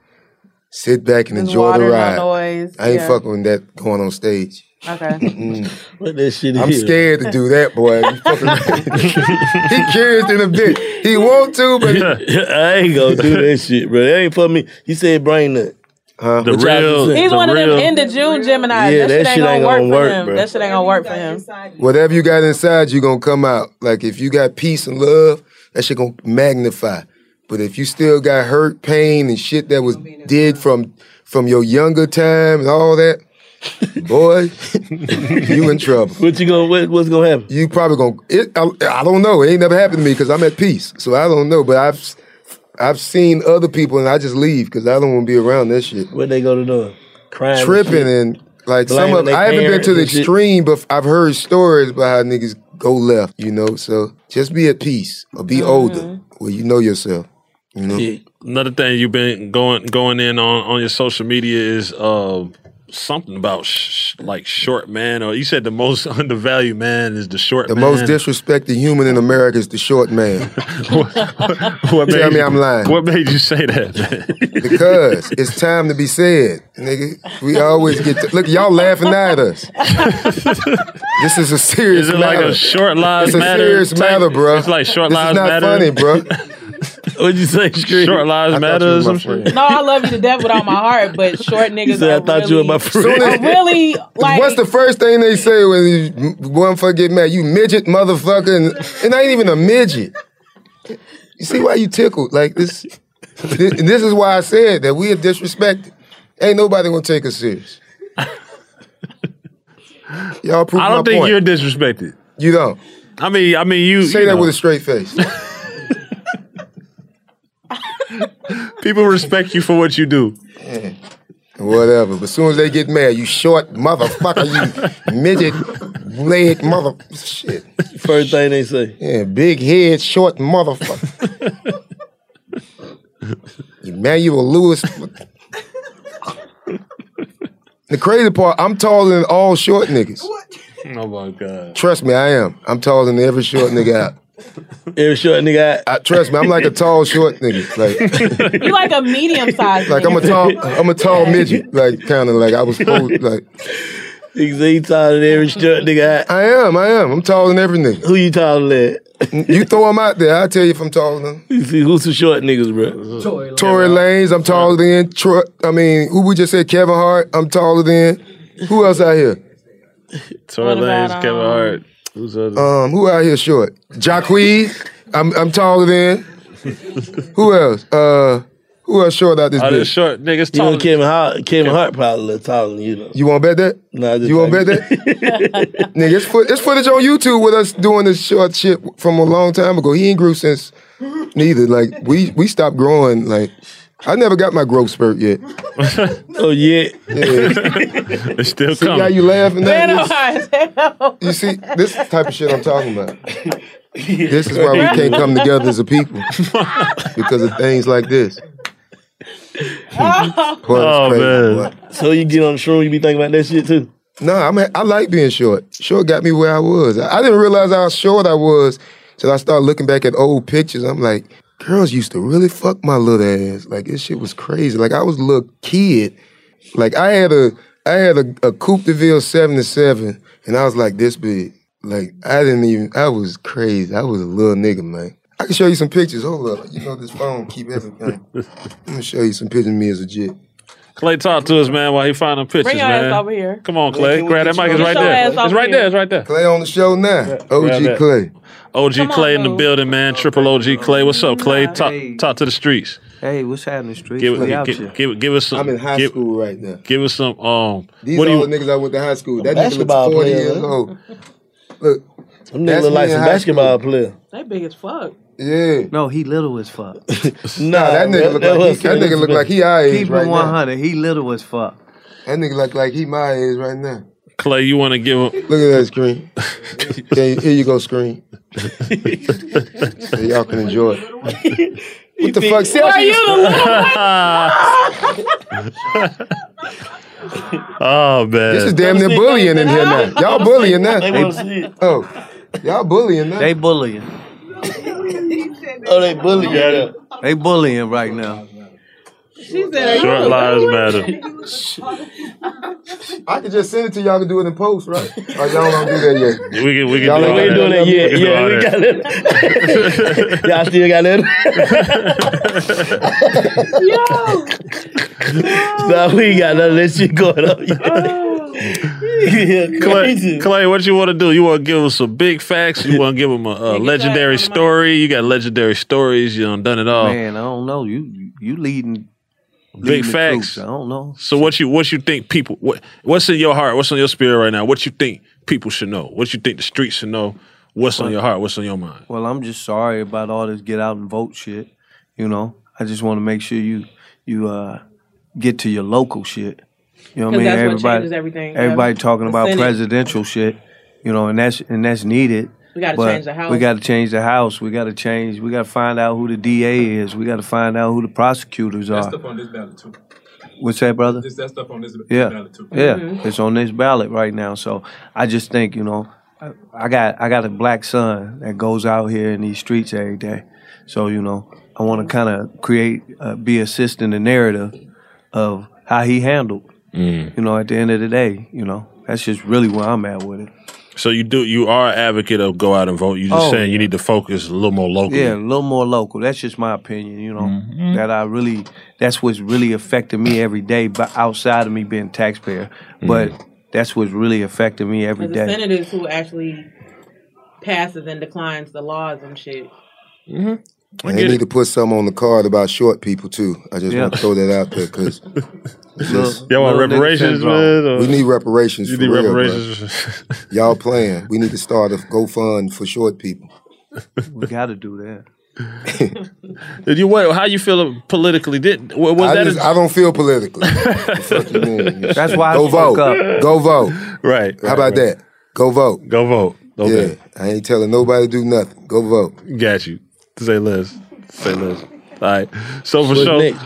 Speaker 6: sit back and
Speaker 5: There's
Speaker 6: enjoy
Speaker 5: water,
Speaker 6: the
Speaker 5: no
Speaker 6: ride.
Speaker 5: noise,
Speaker 6: I ain't
Speaker 5: yeah.
Speaker 6: fucking with that going on stage.
Speaker 5: Okay.
Speaker 6: what
Speaker 7: that shit
Speaker 6: I'm
Speaker 7: is.
Speaker 6: scared to do that, boy. You fucking- he curious in a bit. He want to, but
Speaker 7: I ain't gonna do that shit, bro. That ain't for me. He said brain nut.
Speaker 6: Huh?
Speaker 7: The
Speaker 5: He's one of them end of June Gemini.
Speaker 6: Yeah,
Speaker 5: that, shit ain't gonna, work, for him.
Speaker 6: bro.
Speaker 5: That shit ain't gonna work for him.
Speaker 6: Whatever you got inside, you gonna come out. Like if you got peace and love, that shit gonna magnify. But if you still got hurt, pain, and shit that was did from from your younger time and all that, boy, you in trouble.
Speaker 7: What you gonna what, what's gonna happen?
Speaker 6: You probably gonna. It, I, I don't know. It ain't never happened to me because I'm at peace. So I don't know. But I've s- I've seen other people and I just leave because I don't want to be around that shit.
Speaker 7: What they gonna do? Crime and shit.
Speaker 6: tripping and like some
Speaker 7: Blaming
Speaker 6: of
Speaker 7: they
Speaker 6: I haven't been
Speaker 7: parents
Speaker 6: to the
Speaker 7: and shit.
Speaker 6: extreme, but I've heard stories about how niggas go left, you know. So just be at peace or be older, where you know yourself. You know,
Speaker 4: Another thing you've been going going in on on your social media is uh, something about sh- sh- like short man, or you said the most undervalued man is the short
Speaker 6: the
Speaker 4: man.
Speaker 6: most disrespected human in America is the short man.
Speaker 4: What
Speaker 6: Tell
Speaker 4: made
Speaker 6: me
Speaker 4: you-
Speaker 6: I'm lying.
Speaker 4: What made you say that, man?
Speaker 6: because it's time to be said, nigga. We always get to, look. Y'all laughing at us. this is a serious.
Speaker 4: Is it like
Speaker 6: matter.
Speaker 4: a short lives
Speaker 6: It's a
Speaker 4: matter
Speaker 6: serious
Speaker 4: type-
Speaker 6: matter, bro.
Speaker 4: it's like short
Speaker 6: this is
Speaker 4: lives
Speaker 6: not
Speaker 4: matter?
Speaker 6: funny, bro.
Speaker 7: What'd you say?
Speaker 4: Short lives matter or some shit?
Speaker 5: No, I love you to death with all my heart, but short niggas
Speaker 7: said,
Speaker 5: are
Speaker 7: "I thought you were my
Speaker 5: really,
Speaker 7: friend."
Speaker 5: are really like
Speaker 6: What's the first thing they say when you m- motherfucker get mad? You midget motherfucker, and, and I ain't even a midget. You see why you tickled like this? This, and this is why I said that we are disrespected. Ain't nobody gonna take us serious. Y'all prove
Speaker 4: I don't
Speaker 6: my
Speaker 4: think
Speaker 6: point.
Speaker 4: you're disrespected.
Speaker 6: You don't.
Speaker 4: I mean, I mean, you
Speaker 6: Say
Speaker 4: you
Speaker 6: that
Speaker 4: know,
Speaker 6: with a straight face.
Speaker 4: people respect you for what you do.
Speaker 6: Yeah. Whatever. But as soon as they get mad, you short motherfucker, you midget leg mother shit.
Speaker 7: First thing they say.
Speaker 6: Yeah, big head, short motherfucker. Emmanuel Lewis. the crazy part, I'm taller than all short niggas.
Speaker 4: Oh my god.
Speaker 6: Trust me, I am. I'm taller than every short nigga out.
Speaker 7: Every short nigga out.
Speaker 6: I, trust me, I'm like a tall short nigga. Like
Speaker 5: you like a medium sized
Speaker 6: Like I'm a tall, I'm a tall midget. Like kind of like I was supposed like.
Speaker 7: He taller than every short nigga.
Speaker 6: I am, I am. I'm taller than every nigga.
Speaker 7: Who you taller than?
Speaker 6: you throw him out there. I'll tell you if I'm taller than him.
Speaker 7: You see, who's some short niggas, bro?
Speaker 6: Tory Lanez, I'm taller than. Tro- I mean, who we just said Kevin Hart, I'm taller than. Who else out here?
Speaker 4: Tory Lanez,
Speaker 7: um,
Speaker 4: Kevin
Speaker 5: um,
Speaker 4: Hart. Who's other?
Speaker 6: Um, who out here short? Jacquees, I'm I'm taller than. Who else? Uh, who else short out this bitch?
Speaker 4: Oh, short niggas
Speaker 7: You know Kevin Hart, Kevin Hart probably a little taller than you though.
Speaker 6: You want to bet that?
Speaker 7: Nah, I just
Speaker 6: You want to
Speaker 7: like-
Speaker 6: bet that? Nigga, it's, foot, it's footage on YouTube with us doing this short shit from a long time ago. He ain't grew since neither. Like we we stopped growing. Like I never got my growth spurt yet.
Speaker 7: oh yeah.
Speaker 4: it's still
Speaker 6: See how
Speaker 4: coming.
Speaker 6: you laughing at
Speaker 5: Man,
Speaker 6: this? You see this type of shit I'm talking about. This is why we can't come together as a people because of things like this.
Speaker 5: oh,
Speaker 6: Boy, it's
Speaker 7: Oh,
Speaker 6: crazy,
Speaker 7: man. So you get on the shroom, you be thinking about that shit too.
Speaker 6: No, I mean, I like being short. Short got me where I was. I, I didn't realize how short I was till I started looking back at old pictures. I'm like, girls used to really fuck my little ass. Like this shit was crazy. Like I was a little kid. Like I had a I had a, a Coupe de Ville 77, and I was like this big. Like I didn't even. I was crazy. I was a little nigga, man. I can show you some pictures. Hold up. You know this phone keep everything. I'm gonna show you some pictures of me as a jit.
Speaker 4: Clay, talk to us, man, while he finding pictures,
Speaker 5: Bring your
Speaker 4: man.
Speaker 5: ass over here.
Speaker 4: Come on, Clay. Grab that mic. It's right there. It's right there. It's right there.
Speaker 6: Clay on the show now. OG
Speaker 4: Yeah.
Speaker 6: Clay.
Speaker 4: OG Clay in the building, man. Triple OG Clay. What's up, Clay? Talk, talk to the streets.
Speaker 11: Hey, what's happening, street?
Speaker 4: Give,
Speaker 6: Clay
Speaker 4: give,
Speaker 6: out
Speaker 4: give,
Speaker 6: here.
Speaker 4: give, us some.
Speaker 6: I'm in high
Speaker 4: give,
Speaker 6: school right now.
Speaker 4: Give us some. Um,
Speaker 6: These
Speaker 4: what
Speaker 6: are
Speaker 4: do
Speaker 6: all
Speaker 4: you?
Speaker 6: the niggas I went to high school. That nigga
Speaker 4: basketball
Speaker 6: looks 40
Speaker 4: player,
Speaker 6: years
Speaker 4: huh?
Speaker 6: old. Look.
Speaker 8: Them niggas
Speaker 6: that's
Speaker 8: look
Speaker 6: me
Speaker 8: like
Speaker 6: in
Speaker 8: some
Speaker 6: high
Speaker 8: basketball
Speaker 6: school.
Speaker 8: player.
Speaker 5: They big as fuck.
Speaker 6: Yeah.
Speaker 11: No, he little as fuck. nah,
Speaker 6: that nigga look like he- that nigga look like he our age
Speaker 11: Keep
Speaker 6: right
Speaker 11: it
Speaker 6: now.
Speaker 11: 100. He little as fuck.
Speaker 6: That nigga look like he my age right now.
Speaker 4: Clay, you want to give him?
Speaker 6: Look at that screen. Okay, here you go, screen. so y'all can enjoy it. What the fuck? See, I
Speaker 5: Why
Speaker 6: should-
Speaker 5: you the
Speaker 4: Oh man,
Speaker 6: This is damn near bullying in here now. Y'all bullying now. Oh, y'all bullying now.
Speaker 11: They bullying.
Speaker 8: Oh, they bullying.
Speaker 11: They bullying right now.
Speaker 5: She said,
Speaker 4: Short lives matter.
Speaker 6: I could just send it to y'all. Can do it in post, right? Or y'all don't do that yet.
Speaker 4: We can we can
Speaker 8: Y'all
Speaker 4: do
Speaker 8: ain't
Speaker 4: all
Speaker 8: doing
Speaker 4: that.
Speaker 8: that yet.
Speaker 4: We can do
Speaker 8: Yeah,
Speaker 4: all
Speaker 8: we
Speaker 4: that.
Speaker 8: got it. Y'all still got it. Nah, we ain't got none of that shit going on. yet.
Speaker 4: Clay, Clay, what you want to do? You want to give us some big facts? You want to give them a, a legendary story? You got legendary stories. You done done it all.
Speaker 11: Man, I don't know. You you leading, leading
Speaker 4: Big
Speaker 11: the
Speaker 4: facts.
Speaker 11: troops. I don't know.
Speaker 4: So what you what you think people what what's in your heart? What's on your spirit right now? What you think people should know? What you think the streets should know? What's on your heart? What's on your mind?
Speaker 11: Well, I'm just sorry about all this get out and vote shit. You know, I just want to make sure you you uh get to your local shit. You know what
Speaker 5: 'Cause
Speaker 11: I mean?
Speaker 5: that's what changes everything, yeah.
Speaker 11: Everybody talking
Speaker 5: The
Speaker 11: about
Speaker 5: Senate.
Speaker 11: presidential shit. You know, and that's and that's needed.
Speaker 5: We gotta
Speaker 11: But
Speaker 5: change the house.
Speaker 11: We got to change the house. We got to change. We got to find out who the DA is. We got to find out who the prosecutors are.
Speaker 12: on this ballot too.
Speaker 11: What's that, brother?
Speaker 12: This- that stuff on this
Speaker 11: yeah.
Speaker 12: ballot, too.
Speaker 11: Yeah,
Speaker 12: Mhm.
Speaker 11: it's on this ballot right now. So I just think you know, I- I got I got a black son that goes out here in these streets every day. So you know, I want to kind of create, uh, be assist in the narrative of how he handled. You know, at the end of the day, you know, that's just really where I'm at with it.
Speaker 4: So you do you are an advocate of go out and vote. You just
Speaker 11: Oh,
Speaker 4: saying you need to focus a little more locally.
Speaker 11: Yeah, a little more local. That's just my opinion, you know.
Speaker 6: Mm-hmm.
Speaker 11: That I really that's what's really affecting me every day, but outside of me being taxpayer.
Speaker 6: Mm.
Speaker 11: But that's what's really affecting me every
Speaker 5: the
Speaker 11: day.
Speaker 5: senators who actually passes and declines the laws and shit.
Speaker 4: Mm-hmm.
Speaker 6: And they need to put something on the card about short people too. I just want to throw that out there because
Speaker 4: Y'all want little nigga reparations, syndrome. man, or-
Speaker 6: We need reparations.
Speaker 4: You
Speaker 6: for
Speaker 4: need
Speaker 6: real, bro.
Speaker 4: reparations.
Speaker 6: Y'all playing? We need to start a GoFund for short people.
Speaker 11: we gotta do that.
Speaker 4: Did you what? How you feel politically? Did wa- was
Speaker 6: I,
Speaker 4: that?
Speaker 6: just-
Speaker 4: a-
Speaker 6: I don't feel politically. Fuck you, man.
Speaker 4: That's why I
Speaker 6: go
Speaker 4: spoke
Speaker 6: vote.
Speaker 4: up.
Speaker 6: Go vote.
Speaker 4: Right.
Speaker 6: How about that? Go vote.
Speaker 4: Go vote. Okay.
Speaker 6: Yeah. I ain't telling nobody to do nothing. Go vote.
Speaker 4: Got you. Say less. Say less. All right. So for
Speaker 6: What's
Speaker 4: sure.
Speaker 6: next?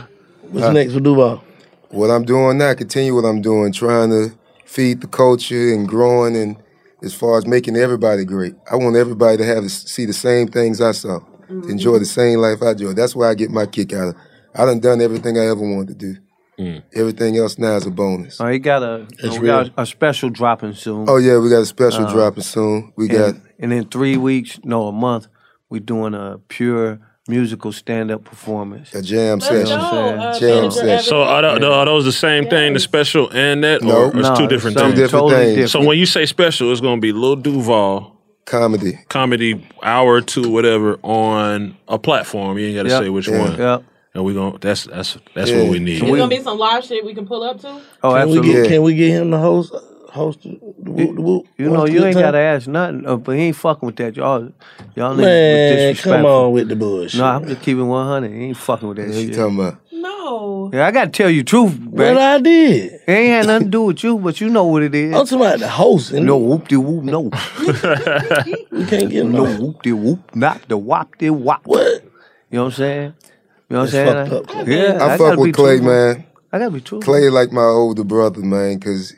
Speaker 8: What's next for Duval?
Speaker 6: What I'm doing now, continue what I'm doing, trying to feed the culture and growing, and as far as making everybody great. I want everybody to have to see the same things I saw,
Speaker 11: Mm-hmm.
Speaker 6: to enjoy the same life I enjoy. That's where I get my kick out of. I done done everything I ever wanted to do. Mm. Everything else now is a bonus.
Speaker 11: All right, got a
Speaker 6: That's
Speaker 11: we got
Speaker 6: real.
Speaker 11: a special dropping soon.
Speaker 6: Oh yeah, we got a special
Speaker 11: Uh,
Speaker 6: dropping soon. We got
Speaker 11: and, and in three weeks, no, a month, we're doing a pure musical stand up performance.
Speaker 6: A jam
Speaker 11: You know what
Speaker 6: session.
Speaker 11: I'm saying?
Speaker 6: Jam session.
Speaker 4: So are, tho- are those the same thing, the special and that,
Speaker 6: No.
Speaker 4: or it's
Speaker 6: No,
Speaker 4: two different
Speaker 6: two
Speaker 4: things?
Speaker 6: different Totally things. different.
Speaker 4: So when you say special, it's going to be Lil Duval
Speaker 6: comedy,
Speaker 4: comedy hour or two, whatever, on a platform. You ain't got to
Speaker 11: Yep.
Speaker 4: say which
Speaker 11: Yeah.
Speaker 4: one.
Speaker 11: Yep.
Speaker 4: And we going to that's that's that's what we need.
Speaker 5: There's gonna be some live shit we can pull up to.
Speaker 11: Oh,
Speaker 8: can We
Speaker 11: absolutely.
Speaker 8: get, can we get him to host? Host the whoop, the whoop?
Speaker 11: You know,
Speaker 8: Host
Speaker 11: you
Speaker 8: the
Speaker 11: ain't
Speaker 8: time?
Speaker 11: gotta ask nothing, uh, but he ain't fucking with that, y'all. Y'all niggas
Speaker 8: Man,
Speaker 11: was disrespectful.
Speaker 8: come on with the bullshit.
Speaker 11: No, I'm just keeping one hundred. He ain't fucking with that shit.
Speaker 6: talking about?
Speaker 5: No.
Speaker 11: Yeah, I gotta tell you the truth, man.
Speaker 8: What I did?
Speaker 11: It ain't had nothing to do with you, but you know what it is.
Speaker 8: I'm talking about the host.
Speaker 11: No whoop de whoop, no.
Speaker 8: we can't get
Speaker 11: no whoop de whoop, not the wop de wop.
Speaker 8: What?
Speaker 11: You know what I'm saying? You know what I'm
Speaker 6: That's
Speaker 11: saying?
Speaker 6: fucked up, Clay.
Speaker 11: yeah,
Speaker 6: I
Speaker 11: gotta
Speaker 6: fuck with
Speaker 11: be
Speaker 6: Clay,
Speaker 11: truthful.
Speaker 6: man.
Speaker 11: I gotta be true.
Speaker 6: Clay like my older brother, man, because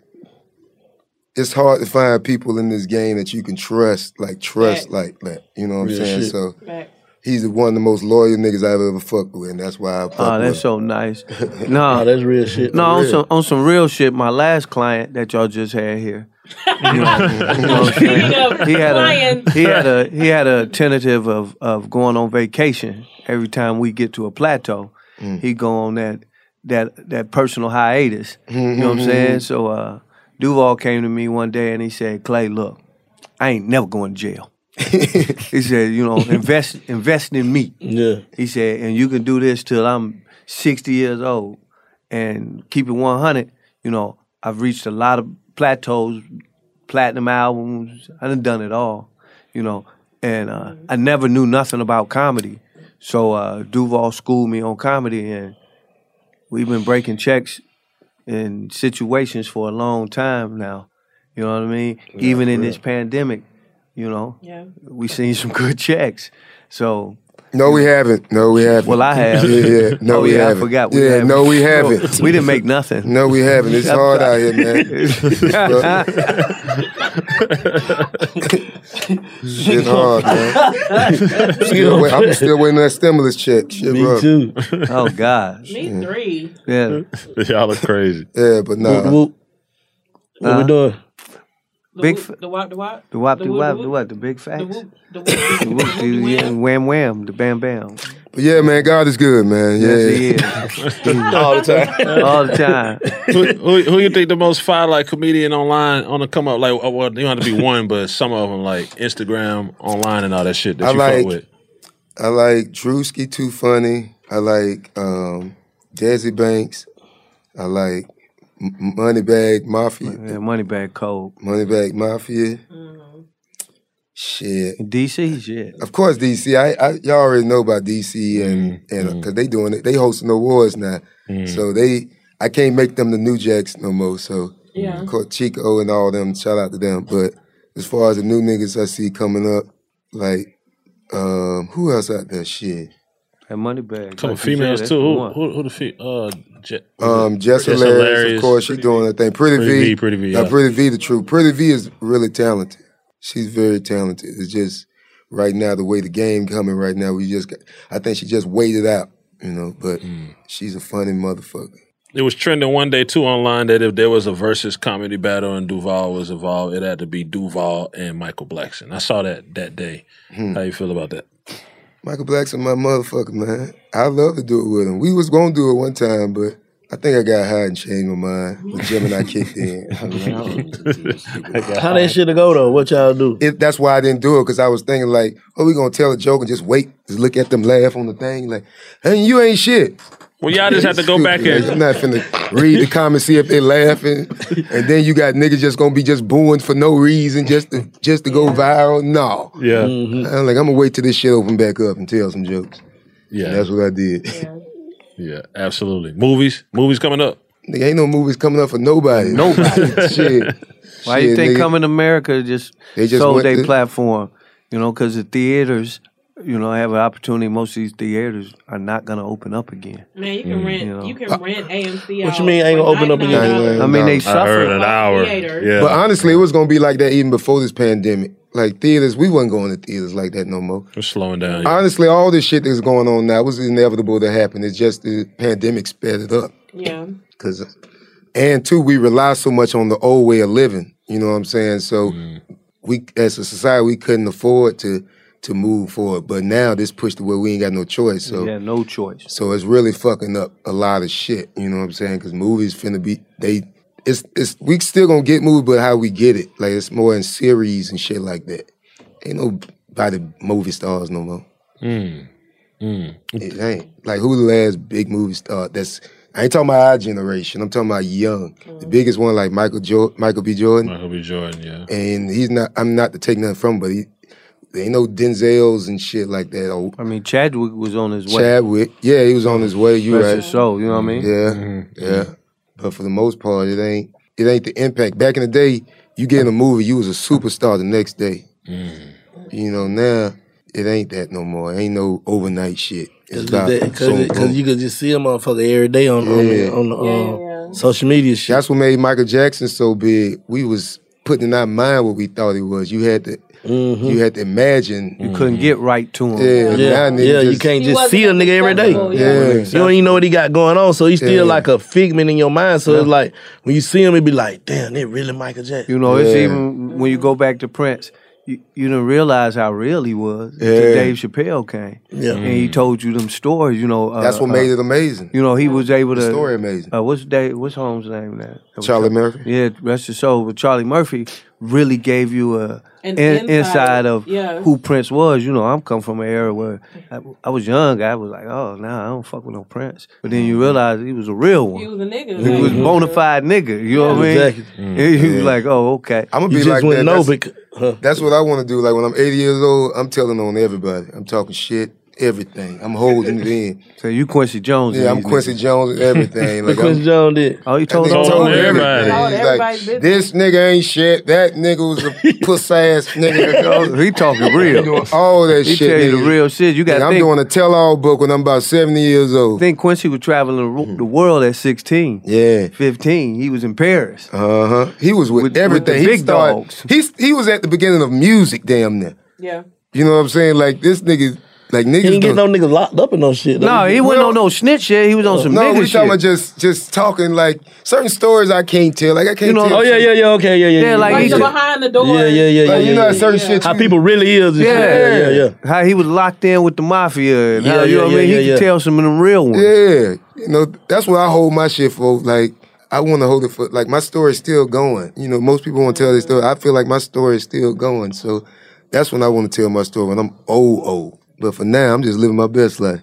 Speaker 6: it's hard to find people in this game that you can trust, like trust,
Speaker 3: Facts.
Speaker 6: like that. You know what
Speaker 3: Real
Speaker 6: I'm saying?
Speaker 3: shit.
Speaker 6: So
Speaker 3: Facts.
Speaker 6: he's one of the most loyal niggas I've ever fucked with, and that's why I fuck
Speaker 11: Oh,
Speaker 6: with
Speaker 11: that's
Speaker 6: him.
Speaker 11: so nice. No,
Speaker 7: that's real shit.
Speaker 11: No, on
Speaker 6: Real.
Speaker 11: some on some real shit. My last client that y'all just had here. You know, you know what I'm saying?
Speaker 5: Speaking of
Speaker 11: he had
Speaker 5: clients.
Speaker 11: a he had a he had a tentative of of going on vacation. Every time we get to a plateau,
Speaker 7: Mm.
Speaker 11: he go on that that that personal hiatus. You know what I'm saying? So uh, Duval came to me one day and he said, "Clay, look, I ain't never going to jail." he said, "You know, invest invest in me."
Speaker 7: Yeah.
Speaker 11: He said, "And you can do this till I'm 60 years old, and keep it 100. You know, I've reached a lot of plateaus, platinum albums. I done done it all. You know, and uh, I never knew nothing about comedy. So uh, Duval schooled me on comedy, and we've been breaking checks in situations for a long time now. You know what I mean? Even in
Speaker 6: real.
Speaker 11: this pandemic, you know,
Speaker 5: Yeah.
Speaker 11: we seen some good checks. So
Speaker 6: No, we haven't. No, we haven't.
Speaker 11: well, I have.
Speaker 6: Yeah, yeah. No,
Speaker 11: Oh,
Speaker 6: we
Speaker 11: yeah,
Speaker 6: haven't.
Speaker 11: I forgot.
Speaker 6: yeah,
Speaker 11: haven't.
Speaker 6: no, we
Speaker 11: No,
Speaker 6: haven't.
Speaker 11: we didn't make nothing.
Speaker 6: No, we haven't. It's hard out here, man. Shit hard, man. still wait, I'm still waiting on that stimulus check. Shit
Speaker 4: Me
Speaker 6: rough.
Speaker 4: too.
Speaker 11: Oh gosh.
Speaker 5: Me three.
Speaker 11: Yeah.
Speaker 4: Y'all are crazy.
Speaker 6: Yeah, but no.
Speaker 7: Whoop, whoop. What we doing?
Speaker 11: Big
Speaker 5: whoop,
Speaker 11: f-
Speaker 5: the wop, the wop,
Speaker 11: the wop, the
Speaker 5: whoop,
Speaker 11: wop,
Speaker 5: whoop,
Speaker 11: the what? The big facts.
Speaker 5: whoop, the
Speaker 11: The whoop, the yeah, wham wham, the bam bam.
Speaker 6: But yeah, man, God is good, man. Yeah,
Speaker 11: Yes, he is.
Speaker 4: All the
Speaker 11: time. All the time.
Speaker 4: who, who, who you think the most fire like comedian online on the come up? Like, oh, well, you don't have to be one, but some of them like Instagram, online, and all that shit that
Speaker 6: I
Speaker 4: you
Speaker 6: like-
Speaker 4: fuck with.
Speaker 6: I like Drewski Too Funny. I like um, Jazzy Banks. I like M- Moneybag Mafia.
Speaker 11: Yeah, Moneybag Cold.
Speaker 6: Moneybag Mafia. Shit.
Speaker 11: DC, shit.
Speaker 6: Of course, DC. I, I y'all already know about DC and
Speaker 4: Mm-hmm.
Speaker 6: and because they doing it. They hosting awards now, so they I can't make them the new jacks no more. So
Speaker 5: Yeah.
Speaker 6: of course, Mm-hmm. Chico and all them. Shout out to them. But as far as the new niggas I see coming up, like um, who else out there? Shit.
Speaker 11: That Moneybag.
Speaker 4: Couple
Speaker 11: like you
Speaker 4: females
Speaker 11: said, that's
Speaker 4: too.
Speaker 11: the
Speaker 4: Who,
Speaker 11: one.
Speaker 4: who, who the fe- uh, Je-
Speaker 6: Um, Jess
Speaker 4: Jess
Speaker 6: Hilarious,
Speaker 4: Hilarious.
Speaker 6: of course, she's doing her thing. Pretty,
Speaker 4: Pretty
Speaker 6: V,
Speaker 4: V, Pretty V,
Speaker 6: Now,
Speaker 4: yeah.
Speaker 6: Pretty V, the truth. Pretty V is really talented. She's very talented. It's just right now the way the game coming right now. We just, got, I think she just waited out, you know. But
Speaker 4: Mm.
Speaker 6: she's a funny motherfucker.
Speaker 4: It was trending one day too online that if there was a versus comedy battle and Duval was involved, it had to be Duval and Michael Blackson. I saw that that day.
Speaker 6: Hmm.
Speaker 4: How you feel about that?
Speaker 6: Michael Blackson, my motherfucker, man. I love to do it with him. We was gonna do it one time, but I think I got high and changed my mind. The Gemini kicked in. I was like, I don't
Speaker 7: How that shit go though? What y'all do?
Speaker 6: It, that's why I didn't do it because I was thinking like, oh, we gonna tell a joke and just wait, just look at them laugh on the thing, like, hey, you ain't shit.
Speaker 4: Well, y'all just had to go
Speaker 6: Stupid,
Speaker 4: back
Speaker 6: like, I'm
Speaker 4: and
Speaker 6: not finna read the comments, see if they laughing, and then you got niggas just gonna be just booing for no reason, just to just to go viral. No, Mm-hmm.
Speaker 4: yeah,
Speaker 6: I'm like I'm gonna wait till this shit open back up and tell some jokes.
Speaker 4: Yeah.
Speaker 6: And that's what I did.
Speaker 4: yeah, absolutely. Movies, movies coming up.
Speaker 6: Nigga, ain't no movies coming up for nobody. Nobody. shit.
Speaker 11: Why you
Speaker 6: Shit,
Speaker 11: think
Speaker 6: nigga.
Speaker 11: Coming to America just,
Speaker 6: They just
Speaker 11: sold
Speaker 6: went
Speaker 11: their
Speaker 6: to-
Speaker 11: platform? You know, because the theaters, you know, have an opportunity. Most of these theaters are not going to open up again.
Speaker 5: Man, you can rent. You, can rent AMC.
Speaker 7: What
Speaker 5: out
Speaker 7: you mean ain't gonna open up
Speaker 5: $99?
Speaker 6: again?
Speaker 11: I mean, they
Speaker 6: I
Speaker 11: suffer.
Speaker 4: an hour.
Speaker 5: Theater.
Speaker 4: Yeah.
Speaker 6: But honestly, it was gonna be like that even before this pandemic. Like theaters, we wasn't going to theaters like that no more.
Speaker 4: We're slowing down.
Speaker 6: Honestly, all this shit that's going on now was inevitable to happen. It's just the pandemic sped it up.
Speaker 5: Yeah.
Speaker 6: Cause, and two, we rely so much on the old way of living. You know what I'm saying? So
Speaker 11: Mm-hmm.
Speaker 6: we, as a society, we couldn't afford to to move forward. But now this pushed to where we ain't got no choice. So
Speaker 11: yeah, no choice.
Speaker 6: so it's really fucking up a lot of shit. You know what I'm saying? Because movies finna be they. It's it's we still gonna get movies, but how we get it? Like it's more in series and shit like that. Ain't nobody movie stars no more.
Speaker 8: Hmm.
Speaker 4: Mm. Mm.
Speaker 6: It ain't like who the last big movie star that's. I ain't talking about our generation. I'm talking about young. The biggest one, like Michael jo- Michael B. Jordan,
Speaker 4: Michael B. Jordan. Yeah.
Speaker 6: and he's not. I'm not to take nothing from, him, but he, there ain't no Denzels and shit like that. Or
Speaker 11: I mean, Chadwick was on his way.
Speaker 6: Chadwick. Yeah, he was on his way. You
Speaker 11: Rest
Speaker 6: right?
Speaker 11: his soul, you know what I mean?
Speaker 6: Yeah, yeah. But for the most part, it ain't it ain't the impact. Back in the day, you get in a movie, you was a superstar the next day.
Speaker 8: Mm.
Speaker 6: You know now it ain't that no more. Ain't no overnight shit. It's about boom, boom.
Speaker 7: Because you could just see a motherfucker every day on on the,
Speaker 6: Yeah.
Speaker 7: on the um, social media shit.
Speaker 6: That's what made Michael Jackson so big. We was putting in our mind what we thought it was. You had to,
Speaker 8: Mm-hmm.
Speaker 6: you had to imagine. You
Speaker 11: couldn't get right to him.
Speaker 6: Yeah,
Speaker 8: Yeah,
Speaker 6: now niggas
Speaker 8: yeah, you
Speaker 6: just-
Speaker 8: can't just see a nigga every day.
Speaker 6: Yeah.
Speaker 8: You don't even know what he got going on, so he's still
Speaker 6: Yeah.
Speaker 8: like a figment in your mind. So it's like when you see him, it be like, damn, it really Michael Jackson.
Speaker 11: You know, it's
Speaker 8: Yeah.
Speaker 11: even when you go back to Prince, you, you didn't realize how real he was
Speaker 6: Yeah.
Speaker 11: until Dave Chappelle came.
Speaker 6: Yeah.
Speaker 11: And he told you them stories, you know. uh,
Speaker 6: That's what
Speaker 11: uh,
Speaker 6: made it amazing.
Speaker 11: You know, he was able to.
Speaker 6: The story amazing.
Speaker 11: Uh, what's Dave, what's Holmes' name now?
Speaker 6: Charlie Murphy.
Speaker 11: Yeah, rest his soul. But Charlie Murphy really gave you a
Speaker 6: An
Speaker 11: in,
Speaker 6: inside,
Speaker 11: inside of
Speaker 6: yeah.
Speaker 11: who Prince was. You know, I'm come from an era where I, I was young. I was like, oh, nah, I don't fuck with no Prince. But then
Speaker 6: Mm-hmm.
Speaker 11: you realize he was a real one. He was
Speaker 5: a nigga.
Speaker 11: He
Speaker 8: Mm-hmm.
Speaker 11: was bona fide nigga. You know what I mean?
Speaker 6: Exactly.
Speaker 11: And you
Speaker 6: Yeah.
Speaker 11: like, oh, okay.
Speaker 6: I'm gonna be like that. that's, that's what I want to do. Like when I'm 80 years old, I'm telling on everybody. I'm talking shit, everything. I'm holding it in.
Speaker 11: So you Quincy Jones?
Speaker 6: Yeah, I'm Quincy Jones and everything. Like I'm,
Speaker 8: Jones did.
Speaker 11: Oh, you
Speaker 6: That
Speaker 11: told
Speaker 6: nigga
Speaker 11: on
Speaker 6: told
Speaker 11: everybody.
Speaker 6: everything. He's like, this nigga ain't shit. That nigga was a puss ass nigga.
Speaker 11: he talking real.
Speaker 6: doing all that
Speaker 11: He
Speaker 6: shit.
Speaker 11: tell you the
Speaker 6: nigga.
Speaker 11: real shit. You gotta
Speaker 6: Yeah,
Speaker 11: think-
Speaker 6: I'm doing a tell all book when I'm about 70 years old.
Speaker 11: think Quincy was traveling the
Speaker 8: Mm-hmm.
Speaker 11: ro- the world at 16.
Speaker 6: Yeah.
Speaker 11: 15. He was in Paris.
Speaker 6: Uh huh. He was with, everything.
Speaker 11: the
Speaker 6: he
Speaker 11: big
Speaker 6: started,
Speaker 11: dogs.
Speaker 6: He's, he was at the beginning of music, damn near.
Speaker 5: Yeah.
Speaker 6: You know what I'm saying? Like this nigga, like niggas.
Speaker 8: He didn't get
Speaker 6: don't-
Speaker 8: no nigga locked up in no shit.
Speaker 6: No, he wasn't on
Speaker 11: no snitch shit. He was
Speaker 8: on some
Speaker 6: no,
Speaker 8: nigga
Speaker 6: we talking
Speaker 8: shit.
Speaker 6: about just just talking like certain stories I can't tell. Like I can't. tell
Speaker 8: oh yeah, yeah, yeah, okay, yeah, yeah,
Speaker 6: Yeah, like,
Speaker 5: Like
Speaker 6: he
Speaker 5: the
Speaker 6: just-
Speaker 5: behind the door.
Speaker 8: yeah, yeah, yeah, yeah.
Speaker 6: Like, you
Speaker 8: yeah,
Speaker 6: know
Speaker 8: yeah,
Speaker 6: that certain
Speaker 8: yeah.
Speaker 6: shit
Speaker 8: How
Speaker 6: you-
Speaker 8: people really is. And Shit. Yeah, yeah, yeah.
Speaker 11: How he was locked in with the mafia. And
Speaker 6: Yeah,
Speaker 11: how, you know
Speaker 6: yeah,
Speaker 11: what I mean?
Speaker 6: yeah,
Speaker 11: he
Speaker 6: yeah,
Speaker 11: could
Speaker 6: yeah.
Speaker 11: tell some of them real ones.
Speaker 6: Yeah, you know that's what I hold my shit for. Like I want to hold it for. Like my story's still going. You know, most people want to tell their story. I feel like my story is still going. So that's when I want to tell my story when I'm old, old. But for now, I'm just living my best life.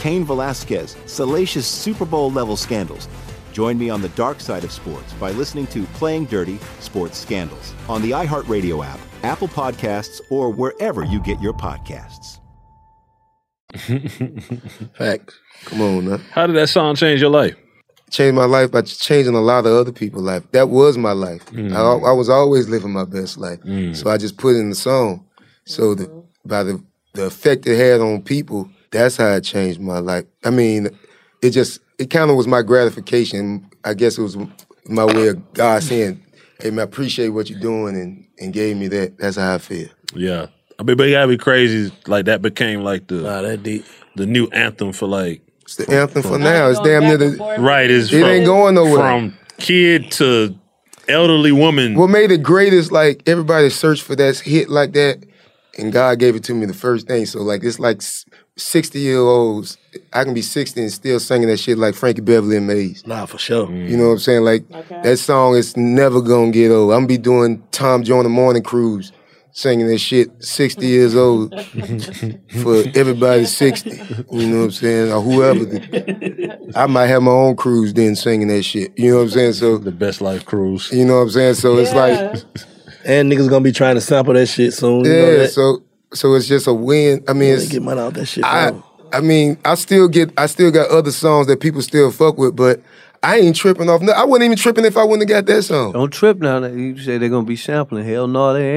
Speaker 10: Kane Velasquez, salacious Super Bowl level scandals. Join me on the dark side of sports by listening to Playing Dirty Sports Scandals on the iHeartRadio app, Apple Podcasts, or wherever you get your podcasts.
Speaker 6: Facts. Come on, now.
Speaker 4: How did that song change your life?
Speaker 6: Changed my life by changing a lot of other people's life. That was my life.
Speaker 4: Mm.
Speaker 6: I, al- I was always living my best life. So I just put it in the song. So the, by the the effect it had on people, that's how it changed my life. I mean, it just it kind of was my gratification. I guess it was my way of God saying, "Hey man, I appreciate what you're doing," and and gave me that. That's how I feel.
Speaker 4: Yeah. I mean, but you gotta be crazy. Like that became like the the new anthem for like it's
Speaker 6: the anthem for now. It's damn near the
Speaker 4: right. It's
Speaker 6: It
Speaker 4: from-
Speaker 6: ain't going nowhere.
Speaker 4: From kid to elderly woman.
Speaker 6: What made it great is like everybody searched for that hit like that, and God gave it to me the first thing. So like it's like sixty year olds. I can be sixty and still singing that shit like Frankie Beverly and Maze.
Speaker 8: Nah, for sure.
Speaker 6: You know what I'm saying? Like that song is never gonna get old. I'm be doing Tom Joy and the Morning Cruise singing that shit 60 years old for everybody 60. You know what I'm saying? Or whoever. the- I might have my own cruise then singing that shit. You know what I'm saying? So the
Speaker 4: best life cruise.
Speaker 6: You know what I'm saying? So it's like
Speaker 7: and niggas gonna be trying to sample that shit soon.
Speaker 6: yeah,
Speaker 7: you know that?
Speaker 6: so so it's just a win. I mean,
Speaker 7: Yeah,
Speaker 6: it's,
Speaker 7: get money out that shit.
Speaker 6: I
Speaker 7: bro.
Speaker 6: I mean, I still get I still got other songs that people still fuck with, but I ain't tripping off. No, I wasn't even tripping if I wouldn't have got that song.
Speaker 11: Don't trip now. that You say they're gonna be sampling. Hell no, they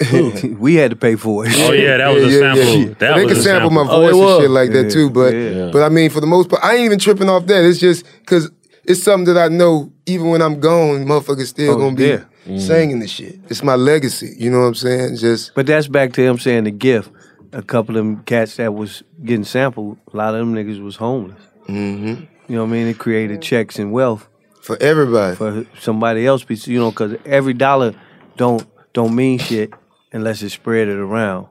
Speaker 11: ain't. we had to pay for it.
Speaker 4: Oh, yeah, that was a sample. That
Speaker 6: they
Speaker 4: was
Speaker 6: can
Speaker 4: a
Speaker 6: sample, my
Speaker 4: sample. Oh,
Speaker 6: voice
Speaker 4: it
Speaker 6: and shit
Speaker 4: was.
Speaker 6: like that
Speaker 4: Yeah,
Speaker 6: too. But
Speaker 4: yeah.
Speaker 6: but I mean, for the most part, I ain't even tripping off that. It's just because it's something that I know. Even when I'm gone, motherfuckers still
Speaker 11: Oh,
Speaker 6: gonna be
Speaker 11: yeah. Mm.
Speaker 6: singing this shit. It's my legacy. You know what I'm saying? Just
Speaker 11: But that's back to him saying the gift. A couple of them cats that was getting sampled, a lot of them niggas was homeless. Mm-hmm. You know what I mean? It created checks and wealth
Speaker 6: for everybody.
Speaker 11: For somebody else, because, you know, because every dollar don't don't mean shit unless it's spread it around.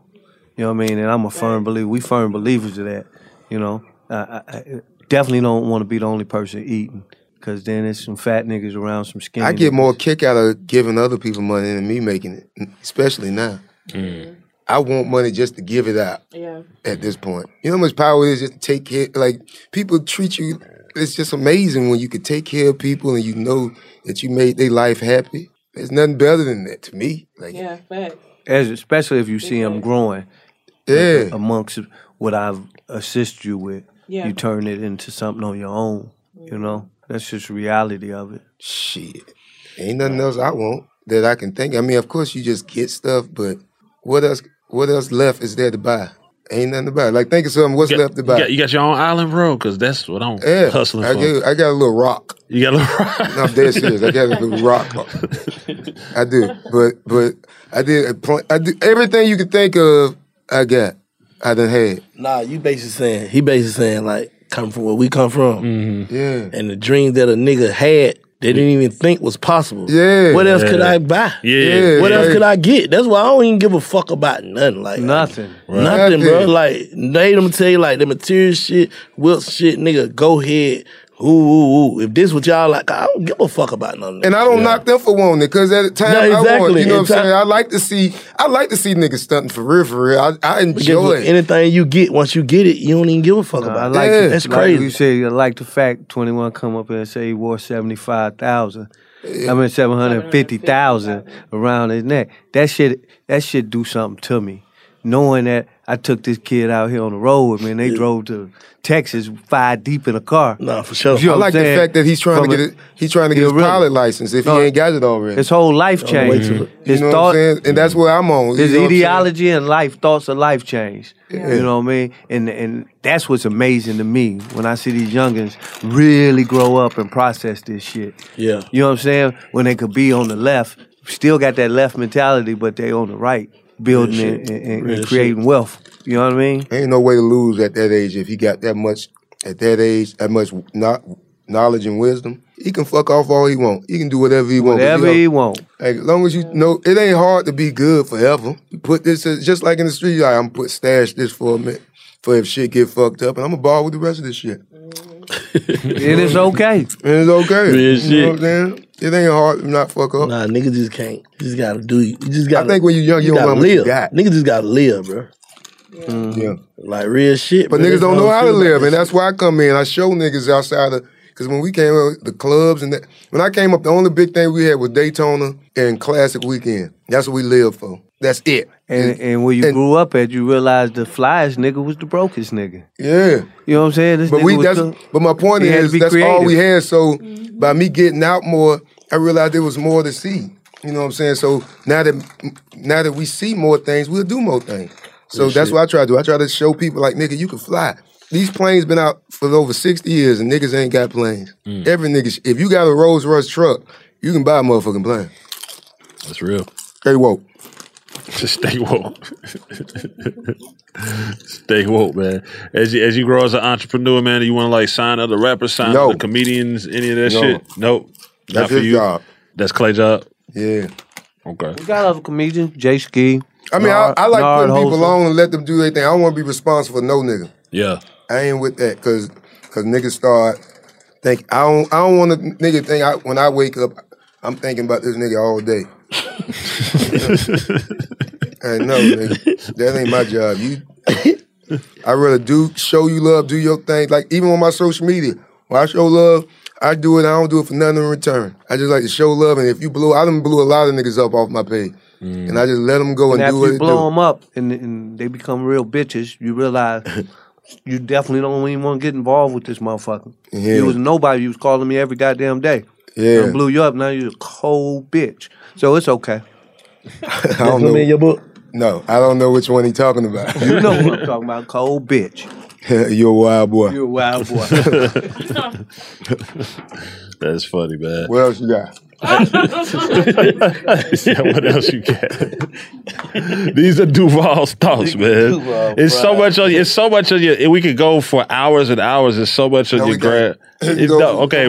Speaker 11: You know what I mean? And I'm a firm believer. We firm believers of that. You know, I, I, I definitely don't want to be the only person eating, because then there's some fat niggas around, some skinny.
Speaker 6: I get
Speaker 11: niggas.
Speaker 6: more kick out of giving other people money than me making it, especially now. I want money just to give it out.
Speaker 5: Yeah.
Speaker 6: At this point, you know how much power it is just to take care. Like people treat you, it's just amazing when you can take care of people and you know that you made their life happy. There's nothing better than that to me. Like
Speaker 5: yeah, fact.
Speaker 11: as especially if you see them growing.
Speaker 6: Yeah.
Speaker 11: Amongst what I've assisted you with,
Speaker 5: Yeah.
Speaker 11: you turn it into something on your own. You know, that's just reality of it.
Speaker 6: Shit, ain't nothing else I want that I can think. I mean, of course you just get stuff, but what else? What else left is there to buy? Ain't nothing to buy. Like think of something. What's
Speaker 4: You
Speaker 6: left
Speaker 4: got,
Speaker 6: to
Speaker 4: you,
Speaker 6: buy?
Speaker 4: got, you got your own island, bro, because that's what I'm
Speaker 6: Yeah,
Speaker 4: hustling
Speaker 6: I
Speaker 4: for.
Speaker 6: Got, I got a little rock.
Speaker 4: You got a little rock.
Speaker 6: No, I'm dead serious. I got a little rock. I do, but but I did. a pl- I do everything you could think of. I got. I done had.
Speaker 7: Nah, you basically saying he basically saying like come from where we come from.
Speaker 6: Yeah.
Speaker 7: And the dream that a nigga had they didn't even think was possible.
Speaker 6: Yeah.
Speaker 7: What else
Speaker 6: Yeah.
Speaker 7: could I buy?
Speaker 6: Yeah. Yeah,
Speaker 7: What else
Speaker 6: yeah.
Speaker 7: could I get? That's why I don't even give a fuck about nothing. Like
Speaker 11: nothing.
Speaker 7: Nothing, bro.
Speaker 11: Nothing.
Speaker 7: Like they them tell you like the material shit, Wilson shit, nigga, go ahead. Ooh, ooh, ooh. If this what y'all like, I don't give a fuck about nothing.
Speaker 6: And I don't knock them for wanting it because at the time
Speaker 7: No,
Speaker 6: I want,
Speaker 7: exactly.
Speaker 6: you know what
Speaker 7: At
Speaker 6: I'm
Speaker 7: time-
Speaker 6: saying. I like to see, I like to see niggas stunting for real, for real. I, I
Speaker 7: Because
Speaker 6: enjoy it.
Speaker 7: anything you get, once you get it, you don't even give a fuck about
Speaker 11: I
Speaker 7: it.
Speaker 11: like
Speaker 7: yeah.
Speaker 11: the-
Speaker 7: That's
Speaker 11: like
Speaker 7: crazy.
Speaker 11: You say I like the fact Twenty One come up here and say he wore seventy five thousand. I mean seven hundred fifty thousand around his neck. That shit, that shit do something to me. Knowing that I took this kid out here on the road with me, and they drove to Texas five deep in a car.
Speaker 7: Nah, for sure.
Speaker 6: I like the fact that he's trying to get it. He's trying to get his pilot license if
Speaker 11: No,
Speaker 6: he ain't got it already.
Speaker 11: his whole life On the way changed. to it.
Speaker 6: You
Speaker 11: His
Speaker 6: know what
Speaker 11: thought-
Speaker 6: I'm saying? And that's where I'm on. You
Speaker 11: His
Speaker 6: know what I'm saying?
Speaker 11: ideology and life thoughts of life change. You know what I mean? And and that's what's amazing to me when I see these youngins really grow up and process this shit.
Speaker 7: Yeah.
Speaker 11: You know what I'm saying? When they could be on the left, still got that left mentality, but they on the right, building
Speaker 6: Real
Speaker 11: and,
Speaker 6: shit.
Speaker 11: and- and
Speaker 6: Real shit.
Speaker 11: creating wealth. You know what I mean?
Speaker 6: Ain't no way to lose at that age if he got that much at that age, that much not knowledge and wisdom. He can fuck off all he want. He can do whatever he want. but
Speaker 11: Whatever
Speaker 6: don't-
Speaker 11: he want.
Speaker 6: Like, as long as you know, it ain't hard to be good forever. You put this as- just like in the street. Like, I'm put stash this for a minute for if shit get fucked up, and I'm gonna ball with the rest of this shit.
Speaker 11: It is okay. It
Speaker 6: is okay.
Speaker 7: Real
Speaker 6: You know
Speaker 7: shit.
Speaker 6: what I'm saying? It ain't hard to not fuck up.
Speaker 7: Nah, niggas just can't. You just gotta do. You just gotta.
Speaker 6: I think when you're young, you don't
Speaker 7: gotta
Speaker 6: mind what you
Speaker 7: live.
Speaker 6: got. Mm-hmm.
Speaker 7: Niggas just gotta live, bro.
Speaker 6: Yeah.
Speaker 7: Like real shit.
Speaker 6: But
Speaker 7: bro.
Speaker 6: niggas
Speaker 7: That's
Speaker 6: don't know
Speaker 7: I
Speaker 6: how to
Speaker 7: feel
Speaker 6: live,
Speaker 7: about this
Speaker 6: and
Speaker 7: shit.
Speaker 6: that's why I come in. I show niggas outside of because when we came up, the clubs and that. When I came up, the only big thing we had was Daytona and Classic Weekend. That's what we lived for. That's it.
Speaker 11: And and where you grew up at, you realized the flyest nigga was the brokest nigga.
Speaker 6: Yeah.
Speaker 11: You know what I'm saying? This
Speaker 6: But
Speaker 11: nigga
Speaker 6: we
Speaker 11: was
Speaker 6: that's
Speaker 11: the-
Speaker 6: but my point
Speaker 11: He had to
Speaker 6: is
Speaker 11: be
Speaker 6: that's all we
Speaker 11: creative.
Speaker 6: had. So by me getting out more, I realized there was more to see. You know what I'm saying? So now that now that we see more things, we'll do more things. So
Speaker 7: Real
Speaker 6: that's
Speaker 7: shit.
Speaker 6: what I try to do. I try to show people like nigga, you can fly. These planes been out for over 60 years and niggas ain't got planes.
Speaker 11: Mm.
Speaker 6: Every nigga, sh- if you got a Rolls Royce truck, you can buy a motherfucking plane.
Speaker 4: That's real.
Speaker 6: Stay woke.
Speaker 4: Just stay woke. stay woke, man. As you as you grow as an entrepreneur, man, do you want to like sign other rappers, sign
Speaker 6: No.
Speaker 4: other comedians, any of that
Speaker 6: No.
Speaker 4: shit? Nope.
Speaker 6: That's his job.
Speaker 4: That's Clay job.
Speaker 6: Yeah.
Speaker 4: Okay.
Speaker 11: We got other comedians, Jay Ski.
Speaker 6: I mean, I, I like
Speaker 11: Nard
Speaker 6: putting people
Speaker 11: Holzer.
Speaker 6: on and let them do their thing. I don't want to be responsible for no nigga.
Speaker 4: Yeah.
Speaker 6: I ain't with that because because niggas start think I don't I don't want a nigga think I, when I wake up I'm thinking about this nigga all day. I know, nigga. that ain't my job. You, I rather do show you love, do your thing. Like even on my social media, when I show love, I do it. I don't do it for nothing in return. I just like to show love, and if you blew, I done blew a lot of niggas up off my page, and I just let them go and,
Speaker 11: Mm. and
Speaker 6: do
Speaker 11: after
Speaker 6: what
Speaker 11: you
Speaker 6: it
Speaker 11: blow
Speaker 6: do.
Speaker 11: them up and, and they become real bitches, you realize you definitely don't even want to get involved with this motherfucker.
Speaker 6: Yeah.
Speaker 11: You was nobody. You was calling me every goddamn day.
Speaker 6: Yeah.
Speaker 11: And blew you up. Now you're a cold bitch. So it's okay.
Speaker 6: I don't know.
Speaker 11: in your book?
Speaker 6: No, I don't know which one he talking about.
Speaker 11: You know what I'm talking about. Cold bitch.
Speaker 6: You're a wild boy.
Speaker 11: You're a wild boy.
Speaker 4: That's funny, man.
Speaker 6: What else you got?
Speaker 4: yeah, what else you got? These are Duval's thoughts, man.
Speaker 3: Duval,
Speaker 4: it's so
Speaker 3: bruh.
Speaker 4: much on you. It's so much on you. We could go for hours and hours. It's so much on your grant. okay,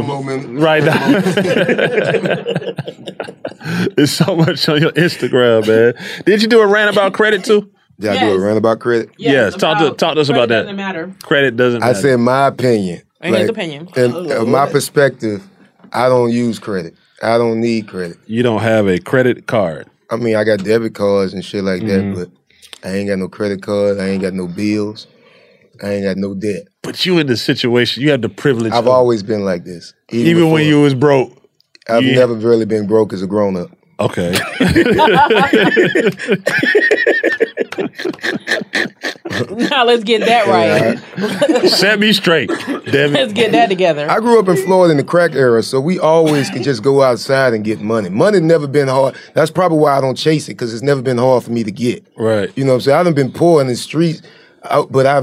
Speaker 4: right now. it's so much on your Instagram, man. Did you do a rant about credit too?
Speaker 6: Did I do a rant about credit?
Speaker 4: Yes. talk to talk to us about that.
Speaker 5: matter.
Speaker 4: Credit doesn't.
Speaker 6: I
Speaker 4: Matter.
Speaker 6: said my opinion.
Speaker 5: And his opinion.
Speaker 6: And uh, my perspective, I don't use credit. I don't need credit.
Speaker 4: You don't have a credit card.
Speaker 6: I mean, I got debit cards and shit like that,
Speaker 4: Mhm.
Speaker 6: but I ain't got no credit card. I ain't got no bills. I ain't got no debt.
Speaker 4: But you in the situation, you have the privilege.
Speaker 6: I've always been like this.
Speaker 4: Even when you was broke.
Speaker 6: I've
Speaker 4: you-
Speaker 6: never really been broke as a grown up.
Speaker 4: Okay.
Speaker 5: now let's get that right.
Speaker 4: Set me straight. Damn
Speaker 5: Let's get that together.
Speaker 6: I grew up in Florida in the crack era, so we always could just go outside and get money. Money never been hard. That's probably why I don't chase it because it's never been hard for me to get.
Speaker 4: Right.
Speaker 6: You know what I'm saying? I done been poor in the streets, out, but I,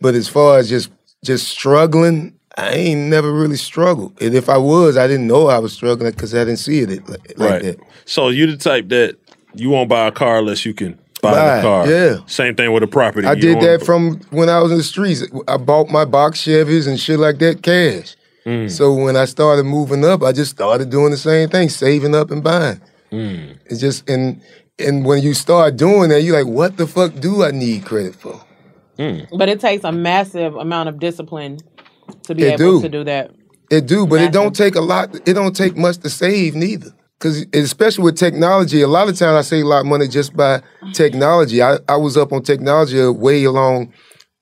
Speaker 6: but as far as just just struggling, I ain't never really struggled. And if I was, I didn't know I was struggling because I didn't see it like, like
Speaker 4: right.
Speaker 6: that.
Speaker 4: So you the type that you won't buy a car unless you can buy,
Speaker 6: Buy it,
Speaker 4: the car.
Speaker 6: yeah.
Speaker 4: Same thing with a property.
Speaker 6: I
Speaker 4: You
Speaker 6: did
Speaker 4: don't-
Speaker 6: that from when I was in the streets. I bought my box Chevys and shit like that cash.
Speaker 4: Mm.
Speaker 6: So when I started moving up, I just started doing the same thing, saving up and buying.
Speaker 13: Hmm.
Speaker 4: Mm.
Speaker 6: It's just and and when you start doing that, you're like, what the fuck do I need credit for?
Speaker 5: But it takes a massive amount of discipline to be
Speaker 6: It
Speaker 5: able
Speaker 6: do.
Speaker 5: to do that.
Speaker 6: It do, but it don't take a lot. It don't take much to save neither. Cause especially with technology, a lot of times I save a lot of money just by technology. I, I was up on technology way along,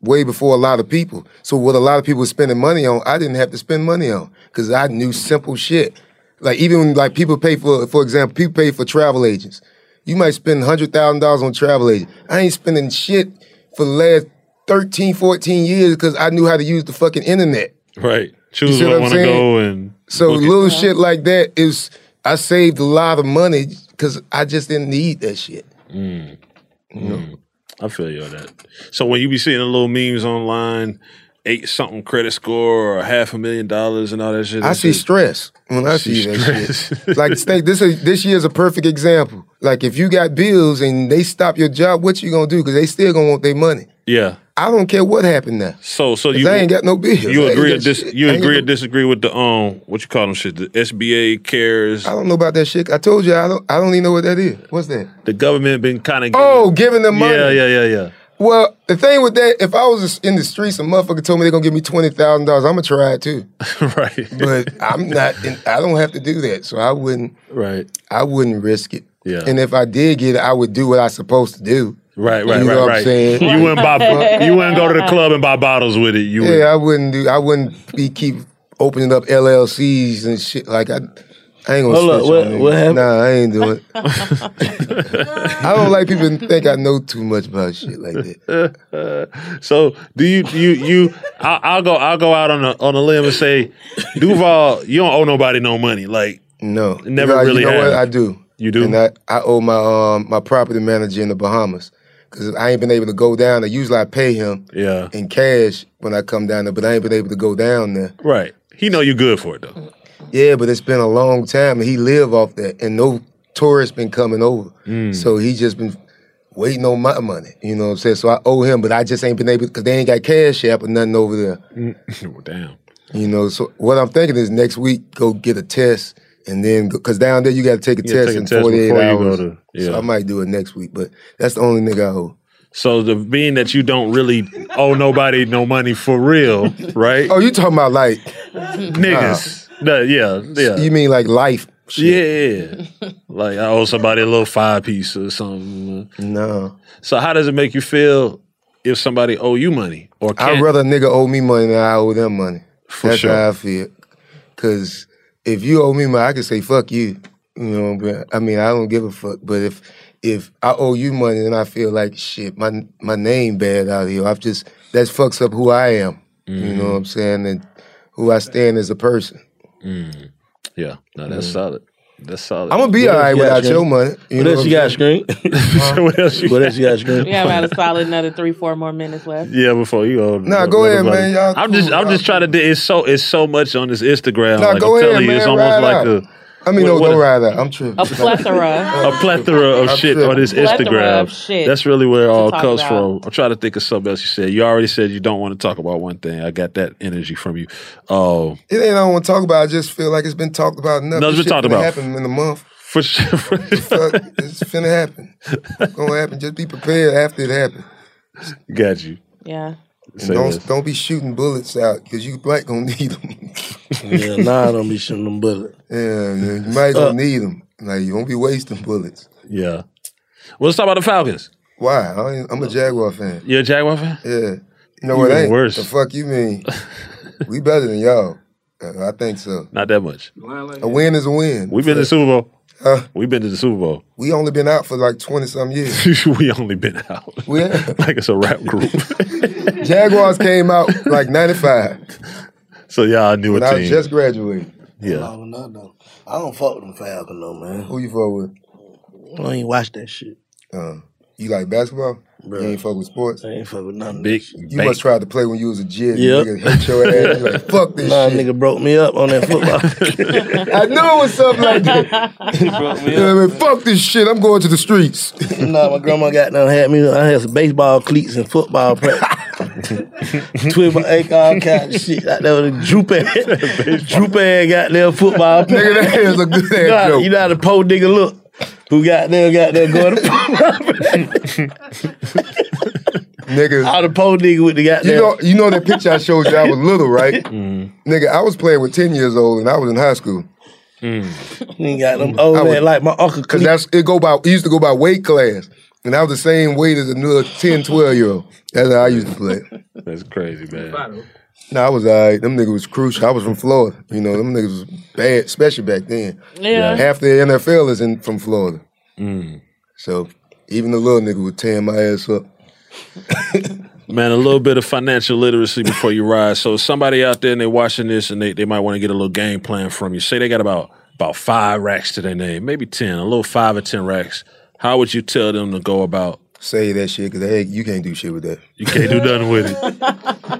Speaker 6: way before a lot of people. So what a lot of people were spending money on, I didn't have to spend money on because I knew simple shit. Like even when, like people pay for, for example, people pay for travel agents. You might spend hundred thousand dollars on travel agent. I ain't spending shit for the last 13, 14 years because I knew how to use the fucking internet.
Speaker 4: Right.
Speaker 6: You
Speaker 4: Choose
Speaker 6: see
Speaker 4: where
Speaker 6: what
Speaker 4: I
Speaker 6: I'm
Speaker 4: want to
Speaker 6: saying?
Speaker 4: go and
Speaker 6: So
Speaker 4: book it.
Speaker 6: little shit like that is I saved a lot of money because I just didn't need that shit.
Speaker 4: Mm. Mm. I feel you on that. So when you be seeing the little memes online, eight something credit score or half a million dollars and all that shit.
Speaker 6: I
Speaker 4: that
Speaker 6: see
Speaker 4: shit-
Speaker 6: stress when I see,
Speaker 4: See
Speaker 6: that shit. like think this is this year's a perfect example. Like if you got bills and they stop your job, what you gonna do? Because they still gonna want their money.
Speaker 4: Yeah.
Speaker 6: I don't care what happened now.
Speaker 4: So so
Speaker 6: 'Cause
Speaker 4: you
Speaker 6: I ain't got no bills. I
Speaker 4: You
Speaker 6: ain't
Speaker 4: agree or
Speaker 6: got
Speaker 4: dis-
Speaker 6: shit.
Speaker 4: you
Speaker 6: I ain't
Speaker 4: agree
Speaker 6: got
Speaker 4: or disagree with the um what you call them shit the SBA cares.
Speaker 6: I don't know about that shit. I told you I don't I don't even know what that is. What's that?
Speaker 4: The government been kind of
Speaker 6: Oh, giving them money.
Speaker 4: Yeah, yeah, yeah, yeah.
Speaker 6: Well, the thing with that, if I was in the streets, a motherfucker told me they're gonna give me twenty thousand dollars, I'm gonna try it too.
Speaker 4: right.
Speaker 6: But I'm not. In, I don't have to do that, so I wouldn't.
Speaker 4: Right.
Speaker 6: I wouldn't risk it.
Speaker 4: Yeah.
Speaker 6: And if I did get it, I would do what I supposed to do.
Speaker 4: Right, right,
Speaker 6: You know
Speaker 4: right,
Speaker 6: what I'm
Speaker 4: right.
Speaker 6: saying?
Speaker 4: You wouldn't buy,
Speaker 6: But-
Speaker 4: you wouldn't go to the club and buy bottles with it. You
Speaker 6: yeah, I wouldn't do. I wouldn't be keep opening up LLCs and shit. Like I, I ain't gonna.
Speaker 4: Hold up,
Speaker 6: snitch
Speaker 4: what-
Speaker 6: on niggas.
Speaker 4: what happened?
Speaker 6: Nah, I ain't doing. it. I don't like people to think I know too much about shit like that.
Speaker 4: would. so do you you you? I, I'll go I'll go out on a on a limb and say, Duval, you don't owe nobody no money. Like
Speaker 6: no,
Speaker 4: never
Speaker 6: You know,
Speaker 4: really
Speaker 6: You know what?
Speaker 4: have.
Speaker 6: I do.
Speaker 4: You do.
Speaker 6: And I, I owe my um my property manager in the Bahamas because I ain't been able to go down there. Usually I pay him
Speaker 4: yeah,
Speaker 6: in cash when I come down there, but I ain't been able to go down there.
Speaker 4: right. He know you good for it though.
Speaker 6: Yeah, but it's been a long time, and he live off that, and no tourists been coming over,
Speaker 4: Mm.
Speaker 6: so he just been waiting on my money. You know what I'm saying? So I owe him, but I just ain't been able because they ain't got cash app or nothing over there.
Speaker 4: Damn.
Speaker 6: You know, so what I'm thinking is next week go get a test, and then because down there you got to take a
Speaker 4: Yeah,
Speaker 6: test
Speaker 4: take a
Speaker 6: in
Speaker 4: test
Speaker 6: 48
Speaker 4: before you go
Speaker 6: hours.
Speaker 4: to-
Speaker 6: So
Speaker 4: yeah.
Speaker 6: I might do it next week, but that's the only nigga I owe.
Speaker 4: So the being that you don't really owe nobody no money for real, right?
Speaker 6: Oh, you talking about like
Speaker 4: niggas? No, yeah, yeah.
Speaker 6: You mean like life
Speaker 4: Yeah, yeah. like I owe somebody a little five piece or something.
Speaker 8: No.
Speaker 4: So how does it make you feel if somebody owe you money or
Speaker 6: I'd
Speaker 4: can't?
Speaker 6: rather a nigga owe me money than I owe them money. That's
Speaker 4: sure.
Speaker 6: how I feel. Cause if you owe me money, I can say fuck you. You know what I'm saying? I mean, I don't give a fuck. But if if I owe you money, then I feel like shit, my my name bad out here. I've just that fucks up who I am. You
Speaker 4: Mm-hmm.
Speaker 6: know what I'm saying? And who I stand as a person.
Speaker 4: Mm. Yeah, no, that's
Speaker 6: Mm.
Speaker 4: solid. That's solid.
Speaker 6: I'm gonna be all
Speaker 4: What else
Speaker 6: right
Speaker 4: you got,
Speaker 6: without
Speaker 4: Shane?
Speaker 6: your money. You know what I'm
Speaker 4: Screen? what else you
Speaker 8: What else you got, Screen?
Speaker 5: We have about a solid another three, four more minutes left.
Speaker 4: Yeah, before you go.
Speaker 6: Nah, go ahead, man. Y'all
Speaker 4: I'm just,
Speaker 6: cool.
Speaker 4: I'm just trying to. do- It's so, it's so much on this Instagram.
Speaker 6: Nah,
Speaker 4: like,
Speaker 6: go
Speaker 4: I'm
Speaker 6: ahead,
Speaker 4: telling you, it's
Speaker 6: man.
Speaker 4: almost
Speaker 6: Ride
Speaker 4: like
Speaker 6: out.
Speaker 4: a,
Speaker 6: I mean,
Speaker 4: What-
Speaker 6: no,
Speaker 4: what-
Speaker 6: don't ride out. I'm tripping.
Speaker 5: A plethora.
Speaker 4: a plethora of
Speaker 6: I'm
Speaker 4: shit
Speaker 6: tripping.
Speaker 4: on this
Speaker 5: Plethora
Speaker 4: Instagram.
Speaker 5: of shit
Speaker 4: That's really where it
Speaker 5: to
Speaker 4: all
Speaker 5: talk
Speaker 4: comes from.
Speaker 5: about.
Speaker 4: I'm trying to think of something else you said. You already said you don't want to talk about one thing. I got that energy from you. Oh,
Speaker 6: It ain't I don't want to talk about. I just feel like it's been talked about enough.
Speaker 4: No, it's
Speaker 6: This
Speaker 4: been
Speaker 6: shit
Speaker 4: talked
Speaker 6: finna
Speaker 4: about.
Speaker 6: Happen in a month.
Speaker 4: For sure.
Speaker 6: Fuck, it's finna happen. It's gonna happen. Just be prepared after it happens.
Speaker 4: got you.
Speaker 5: Yeah.
Speaker 6: And
Speaker 8: Say
Speaker 6: don't
Speaker 8: less.
Speaker 6: don't be shooting bullets out because you might gonna need them.
Speaker 8: yeah, nah, I don't be shooting them bullets.
Speaker 6: Yeah, man, you might gonna
Speaker 8: Uh,
Speaker 6: need them. Like you won't be wasting bullets.
Speaker 4: Yeah. Well, let's talk about the Falcons.
Speaker 6: Why? I ain't, I'm a Jaguar fan.
Speaker 4: You a Jaguar fan?
Speaker 6: Yeah. No,
Speaker 4: Even
Speaker 6: it ain't.
Speaker 4: worse.
Speaker 6: The fuck you mean? we better than y'all. Uh, I think so.
Speaker 4: Not that much.
Speaker 6: A win is a win.
Speaker 4: We've been to the Super Bowl. We've been to the Super Bowl.
Speaker 6: We only been out for like twenty some years.
Speaker 4: we only been out. like it's a rap group.
Speaker 6: Jaguars came out like '95
Speaker 4: So yeah, I knew
Speaker 6: when
Speaker 4: a
Speaker 6: I
Speaker 4: team.
Speaker 6: just graduated.
Speaker 4: yeah.
Speaker 8: I don't fuck with them Falcon though, man.
Speaker 6: Who you fuck with?
Speaker 8: I don't even watch that shit.
Speaker 6: Uh, you like basketball? You ain't fuck with sports.
Speaker 8: I ain't fuck with nothing.
Speaker 4: Big.
Speaker 6: You must try to play when you was a jit.
Speaker 8: Yep.
Speaker 6: Nigga hate your ass. You like, fuck this
Speaker 8: nah,
Speaker 6: shit.
Speaker 8: nigga broke me up on that football.
Speaker 6: I knew it was something like that. You know what I mean? Fuck this shit. I'm going to the streets.
Speaker 8: nah, my grandma got done had me. I had some baseball cleats and football practice. Twist my ankle, all kind of shit. Got that with a droop ass, droop ass got there football.
Speaker 6: Nigga, that is a good
Speaker 8: you know, how- You know how the po nigga look. Who got there? Got there going to
Speaker 6: Nigga.
Speaker 8: All the po nigga with the goddamn. Mm.
Speaker 6: You know, you know that picture I showed you. I was little, right? Nigga, I was playing with ten years old, and I was in high school.
Speaker 4: Mm.
Speaker 8: You got them old
Speaker 6: I was-
Speaker 8: man like my uncle.
Speaker 6: Cause that's it go by. It used to go by weight class, and I was the same weight as another 10, 12 year old. That's how I used to play.
Speaker 4: That's crazy, man.
Speaker 6: No, I was all right. Them niggas was crucial. I was from Florida. You know, them niggas was bad, especially back then.
Speaker 5: Yeah.
Speaker 6: Half the NFL is in from Florida.
Speaker 4: Mm.
Speaker 6: So even the little nigga was tearing my ass up.
Speaker 4: Man, a little bit of financial literacy before you ride. So if somebody out there and they're watching this and they, they might want to get a little game plan from you. Say they got about about five racks to their name, maybe ten, a little five or ten racks. How would you tell them to go about?
Speaker 6: Say that shit because hey, you can't do shit with that.
Speaker 4: You can't do nothing with it.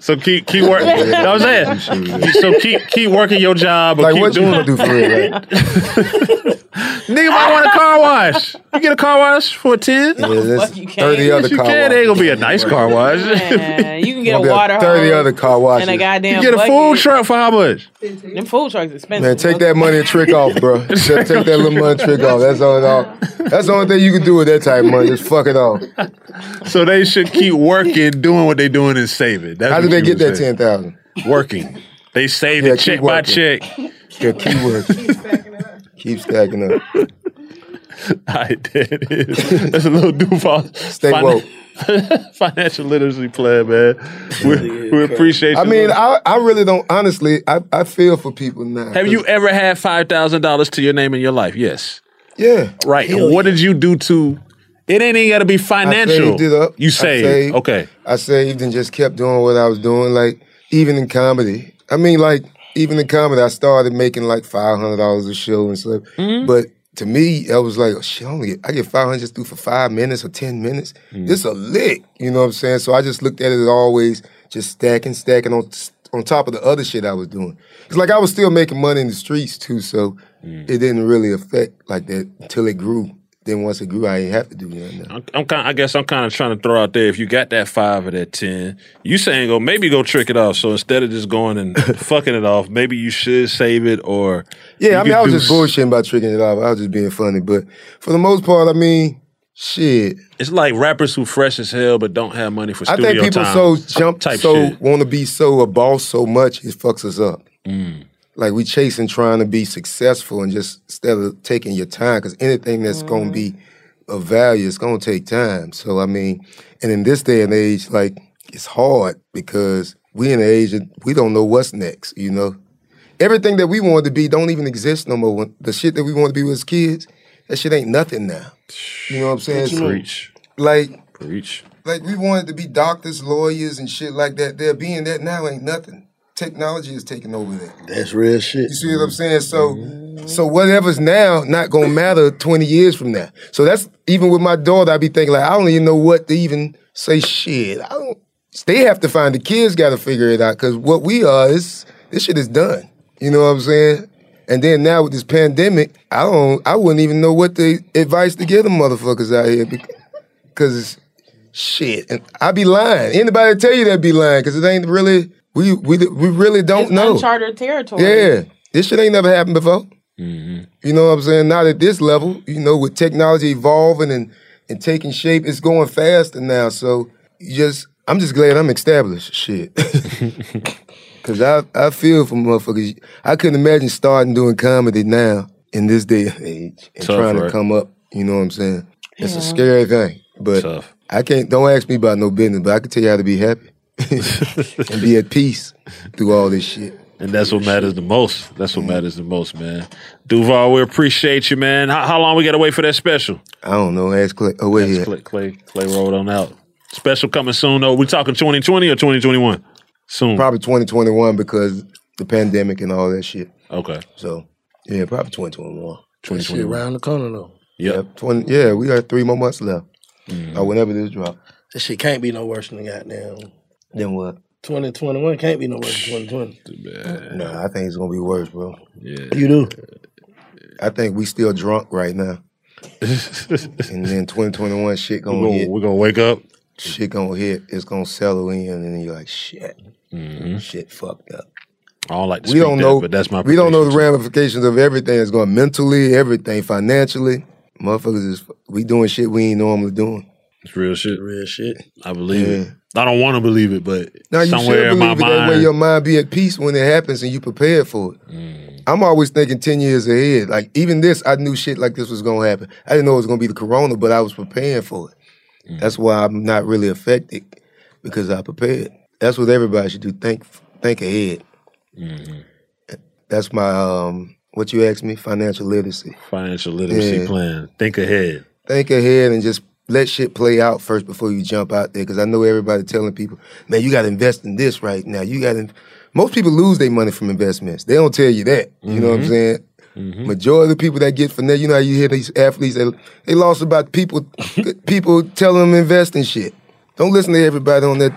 Speaker 4: So keep keep working. You know what I'm saying. So keep keep working your job. Or
Speaker 6: Like,
Speaker 4: keep
Speaker 6: what you
Speaker 4: doing
Speaker 6: gonna do for real,
Speaker 4: Nigga might want a car wash. You get a car wash for ten.
Speaker 6: Yeah, there's
Speaker 4: you
Speaker 6: 30
Speaker 4: Yes,
Speaker 6: other
Speaker 4: you
Speaker 6: car
Speaker 4: can. It ain't gonna be a nice car wash.
Speaker 5: Yeah, you can get a
Speaker 6: Gonna be
Speaker 5: water
Speaker 6: Thirty
Speaker 5: hose
Speaker 6: other car washes.
Speaker 5: and a goddamn.
Speaker 4: You get a
Speaker 5: bucket.
Speaker 4: food truck for how much?
Speaker 5: Them food trucks expensive.
Speaker 6: Man, take that money and trick off, bro. Just take that little money and trick off. That's all. it all. That's the only thing you can do with that type of money. Just fuck it off.
Speaker 4: So they should keep working, doing what they're doing, and saving. That's
Speaker 6: How
Speaker 4: what
Speaker 6: did they
Speaker 4: you
Speaker 6: get
Speaker 4: would
Speaker 6: that
Speaker 4: say.
Speaker 6: ten thousand?
Speaker 4: Working. They saved it check by check.
Speaker 6: Yeah, keep working. Keep stacking up.
Speaker 4: I did. That's a little Duval.
Speaker 6: Stay woke.
Speaker 4: Financial literacy plan, man. We, we appreciate.
Speaker 6: I
Speaker 4: you.
Speaker 6: mean, I, I really don't. Honestly, I, I feel for people now.
Speaker 4: have you ever had five thousand dollars to your name in your life? Yes.
Speaker 6: Yeah.
Speaker 4: Right.
Speaker 6: Hell
Speaker 4: what did you do to? It ain't even got to be financial.
Speaker 6: I saved it up.
Speaker 4: You
Speaker 6: I
Speaker 4: saved. Okay.
Speaker 6: I saved and just kept doing what I was doing. Like even in comedy, I mean, like even in comedy, I started making like five hundred dollars a show and stuff.
Speaker 4: Mm-hmm.
Speaker 6: But to me, I was like, oh, shit, I only get, I get five hundred just through for five minutes or ten minutes.
Speaker 4: Mm.
Speaker 6: This a lick, you know what I'm saying? So I just looked at it as always, just stacking, stacking on on top of the other shit I was doing. It's like I was still making money in the streets too, so
Speaker 4: Mm.
Speaker 6: it didn't really affect like that until it grew. Then once it grew, I didn't have to do nothing. else.
Speaker 4: I'm, I'm kind. I guess I'm kind of trying to throw out there. If you got that five or that ten, you saying go maybe go trick it off. So instead of just going and fucking it off, maybe you should save it or you
Speaker 6: Yeah, I mean,
Speaker 4: could
Speaker 6: I was
Speaker 4: do
Speaker 6: just bullshitting about tricking it off. I was just being funny. But for the most part, I mean, shit.
Speaker 4: It's like rappers who fresh as hell but don't have money for
Speaker 6: I
Speaker 4: studio
Speaker 6: think people so
Speaker 4: time.
Speaker 6: jump,
Speaker 4: type
Speaker 6: so
Speaker 4: shit. Mm.
Speaker 6: want to be so a boss so much, it fucks us up. like we chasing trying to be successful and just instead of taking your time because anything that's going to be of value it's going to take time so i mean and in this day and age like it's hard because we in an age that we don't know what's next you know everything that we wanted to be don't even exist no more the shit that we wanted to be as kids that shit ain't nothing now you know what i'm saying So,
Speaker 4: Preach.
Speaker 6: like
Speaker 4: preach
Speaker 6: like we wanted to be doctors lawyers and shit like that they're being that now ain't nothing technology is taking over that
Speaker 8: That's real shit.
Speaker 6: you see what I'm saying? So, so whatever's now not gonna matter 20 years from now. So that's even with my daughter, I be thinking like, I don't even know what to even say. Shit, I don't. They have to find the kids. Got to figure it out because what we are is this shit is done. You know what I'm saying? And then now with this pandemic, I don't. I wouldn't even know what the advice to give them motherfuckers out here because shit. And I be lying. Anybody tell you that be lying because it ain't really. We we we really don't
Speaker 5: It's
Speaker 6: know.
Speaker 5: uncharted territory.
Speaker 6: Yeah, this shit ain't never happened before. You know what I'm saying? Not at this level. You know, with technology evolving and and taking shape, it's going faster now. So you just, I'm just glad I'm established. Shit, because I I feel for motherfuckers. I couldn't imagine starting doing comedy now in this day and age and
Speaker 4: Tough,
Speaker 6: trying to
Speaker 4: right?
Speaker 6: come up. You know what I'm saying? It's
Speaker 4: Yeah.
Speaker 6: a scary thing, but I can't. Don't ask me about no business, but I can tell you how to be happy and be at peace through all this shit.
Speaker 4: And that's what matters the most. That's what matters the most, man. Duval, we appreciate you, man. How, how long we got to wait for that special?
Speaker 6: I don't know. Ask Clay. Oh, wait here.
Speaker 4: Clay, Clay, Clay rolled on out. Special coming soon, though. We talking 2020 or 2021? Soon.
Speaker 6: Mm. Probably 2021 because the pandemic and all that shit.
Speaker 4: Okay.
Speaker 6: So, yeah, probably 2021.
Speaker 8: That shit around the corner though.
Speaker 4: Yep.
Speaker 6: 20, yeah, we got three more months left. Or whenever this drop.
Speaker 8: That shit can't be no worse than goddamn
Speaker 6: Then what?
Speaker 8: twenty twenty one. Can't be no worse than twenty twenty.
Speaker 6: Nah, I think it's going to be worse, bro.
Speaker 4: Yeah.
Speaker 8: You do.
Speaker 6: I think we still drunk right now. and then 2021 shit going
Speaker 4: We're
Speaker 6: to
Speaker 4: gonna-
Speaker 6: hit.
Speaker 4: we're going to wake up.
Speaker 6: Shit going to hit. It's going to settle in. And then you're like, shit. Shit fucked up.
Speaker 4: Mm-hmm. I don't like to
Speaker 6: we
Speaker 4: speak
Speaker 6: don't
Speaker 4: that,
Speaker 6: know.
Speaker 4: but that's my
Speaker 6: we don't know the ramifications of everything that's going mentally, everything financially. Motherfuckers is we doing shit we ain't normally doing.
Speaker 4: It's real shit.
Speaker 8: Real shit.
Speaker 4: I believe it. I don't want to believe it, but
Speaker 6: Now you
Speaker 4: somewhere
Speaker 6: should
Speaker 4: in
Speaker 6: believe
Speaker 4: my
Speaker 6: it that way.
Speaker 4: mind,
Speaker 6: Your mind be at peace when it happens and you prepared for it.
Speaker 4: Mm.
Speaker 6: I'm always thinking ten years ahead. Like even this, I knew shit like this was gonna happen. I didn't know it was gonna be the corona, but I was preparing for it.
Speaker 4: Mm.
Speaker 6: That's why I'm not really affected because I prepared. That's what everybody should do. Think think ahead.
Speaker 4: Mm-hmm.
Speaker 6: That's my um what you asked me financial literacy.
Speaker 4: financial literacy
Speaker 6: Yeah.
Speaker 4: plan. Think ahead.
Speaker 6: think ahead and just let shit play out first before you jump out there. Because I know everybody telling people, man, you got to invest in this right now. You got to. Most people lose their money from investments. They don't tell you that. You know what I'm
Speaker 4: Mhm.
Speaker 6: saying? Majority of the people that get from there, you know how you hear these athletes, they, they lost about people people telling them invest in shit. Don't listen to everybody on that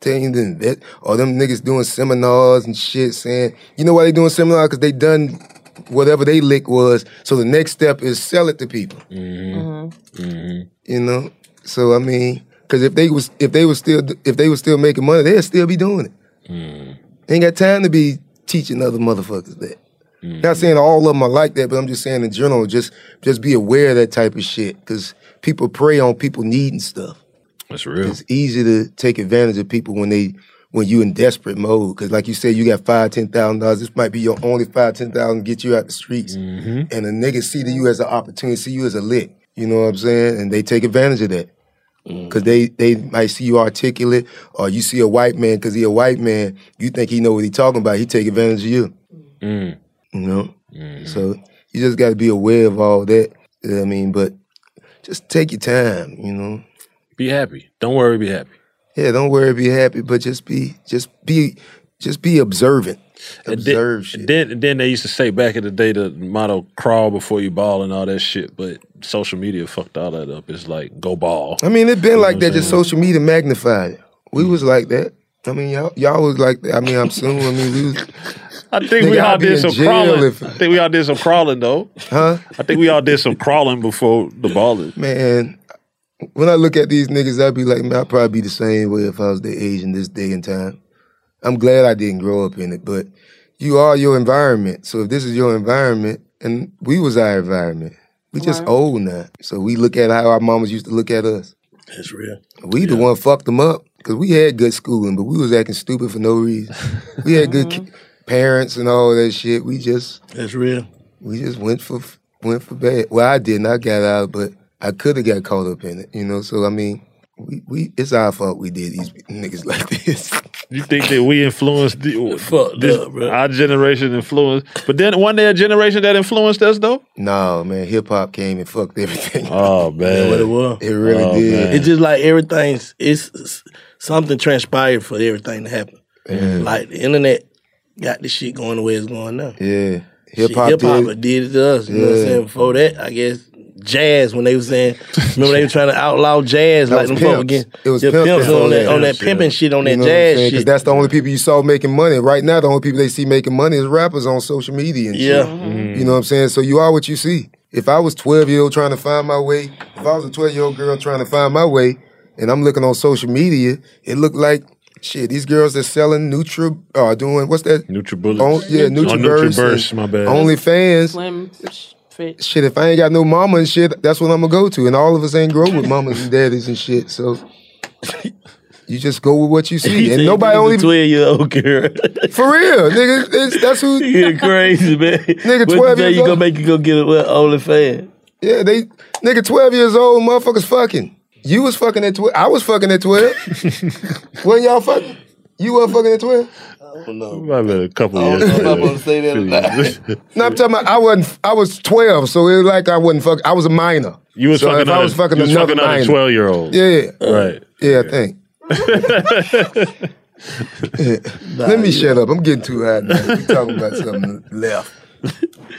Speaker 6: telling you to invest. Or them niggas doing seminars and shit saying, you know why they doing seminars? Because they done whatever they lick was. So the next step is sell it to people you know. So I mean, because if they was if they was still if they was still making money, they'd still be doing it.
Speaker 4: Mm.
Speaker 6: Ain't got time to be teaching other motherfuckers that.
Speaker 4: Mm.
Speaker 6: Not saying all of them are like that, but I'm just saying in general, just just be aware of that type of shit because people prey on people needing stuff.
Speaker 4: That's real.
Speaker 6: It's easy to take advantage of people when they when you in desperate mode because, like you said, you got five ten thousand dollars. This might be your only five ten thousand get you out the streets, and a nigga see you as an opportunity, see you as a lick. You know what I'm saying? And they take advantage of that
Speaker 4: Mm.
Speaker 6: because they they might see you articulate, or you see a white man because he a white man, you think he know what he talking about. He take advantage of you.
Speaker 4: Mm.
Speaker 6: You know, so you just got to be aware of all that. You know what I mean, but just take your time. You know.
Speaker 4: Be happy. Don't worry. Be happy.
Speaker 6: Yeah, don't worry, be happy, but just be, just be, just be observant.
Speaker 4: And then- and Then, and then they used to say back in the day the motto "crawl before you ball" and all that shit. But social media fucked all that up. It's like go ball.
Speaker 6: I mean, it been like that. Just social media magnified. it. We was like that. I mean, y'all, y'all was like that. I mean, I'm soon. I mean, we was,
Speaker 4: I think
Speaker 6: Nigga,
Speaker 4: we all
Speaker 6: I'd be
Speaker 4: did
Speaker 6: in
Speaker 4: some
Speaker 6: jail
Speaker 4: crawling.
Speaker 6: if-
Speaker 4: I think we all did some crawling though.
Speaker 6: Huh?
Speaker 4: I think we all did some crawling before the ballers.
Speaker 6: man. When I look at these niggas, I'd be like, man, I'd probably be the same way if I was their age in this day and time. I'm glad I didn't grow up in it, but you are your environment. So if this is your environment, and we was our environment, we just old now. So we look at how our mamas used to look at us.
Speaker 8: That's real.
Speaker 6: We the one fucked them up because we had good schooling, but we was acting stupid for no reason. We had good, ki- parents and all that shit. We just
Speaker 7: Mm-hmm. that's real.
Speaker 6: We just went for went for bed. Well, I didn't. I got out, but I could have got caught up in it. You know. So I mean, we, we it's our fault. We did these niggas like this.
Speaker 4: You think that we influenced the, this, our generation influenced, but then one day a generation that influenced us though.
Speaker 6: No man, hip hop came and fucked everything.
Speaker 4: Oh man,
Speaker 7: what it was.
Speaker 6: It really
Speaker 7: Oh,
Speaker 6: did.
Speaker 7: It's just like everything's it's, it's- something transpired for everything to happen.
Speaker 6: Yeah.
Speaker 7: Like the internet got this shit going the way it's going now.
Speaker 6: Yeah,
Speaker 7: Shit,
Speaker 6: hip hop.
Speaker 7: did. it to us. You know what I'm
Speaker 6: Yeah.
Speaker 7: saying? Before that, I guess jazz when they was saying remember they were trying to outlaw jazz
Speaker 6: That
Speaker 7: like them
Speaker 6: was
Speaker 7: folk
Speaker 6: pimps.
Speaker 7: again.
Speaker 6: It was
Speaker 7: Yeah,
Speaker 6: pimps
Speaker 7: pimps
Speaker 6: that
Speaker 7: on
Speaker 6: did
Speaker 7: that on
Speaker 6: that
Speaker 7: that pimping shit on
Speaker 6: You
Speaker 7: that
Speaker 6: know what I'm saying?
Speaker 7: jazz
Speaker 6: 'Cause
Speaker 7: shit.
Speaker 6: that's the only people you saw making money. Right now, the only people they see making money is rappers on social media and
Speaker 7: Yeah. Mm-hmm.
Speaker 6: shit. You know what I'm saying? So you are what you see. If I was 12 year old trying to find my way, if I was a 12 year old girl trying to find my way, and I'm looking on social media, it looked like shit. These girls are selling Nutra, uh, doing what's that?
Speaker 4: NutriBullets.
Speaker 6: yeah,
Speaker 4: Oh,
Speaker 6: NutriBurst.
Speaker 4: NutriBurst,
Speaker 6: and
Speaker 4: my bad.
Speaker 6: OnlyFans
Speaker 5: Slim fit.
Speaker 6: shit, if I ain't got no mama and shit, that's what I'm gonna go to. And all of us ain't grow with mamas and daddies and shit. So you just go with what you see. And nobody only
Speaker 7: twelve year old girl.
Speaker 6: for real, nigga. It's, that's who.
Speaker 7: You're crazy, man. Nigga,
Speaker 6: Nigga, twelve years
Speaker 7: you gonna
Speaker 6: old.
Speaker 7: make you go get a what, OnlyFans?
Speaker 6: yeah, they nigga, twelve years old, motherfuckers fucking. You was fucking at twelve. I was fucking at twelve. when y'all fucking, you were fucking at twelve.
Speaker 4: Probably been a couple
Speaker 7: I don't
Speaker 4: years.
Speaker 7: know if I'm gonna say that or
Speaker 4: that.
Speaker 6: No, I'm talking about I wasn't. I was twelve, so it was like I wasn't fuck. I was a minor.
Speaker 4: you was
Speaker 6: so
Speaker 4: fucking.
Speaker 6: If I
Speaker 4: other-
Speaker 6: was fucking
Speaker 4: you was
Speaker 6: another
Speaker 4: fucking
Speaker 6: minor.
Speaker 4: twelve year old.
Speaker 6: Yeah.
Speaker 4: Right.
Speaker 6: Yeah, I think. Let me shut up. I'm getting too high now. We talking about something left.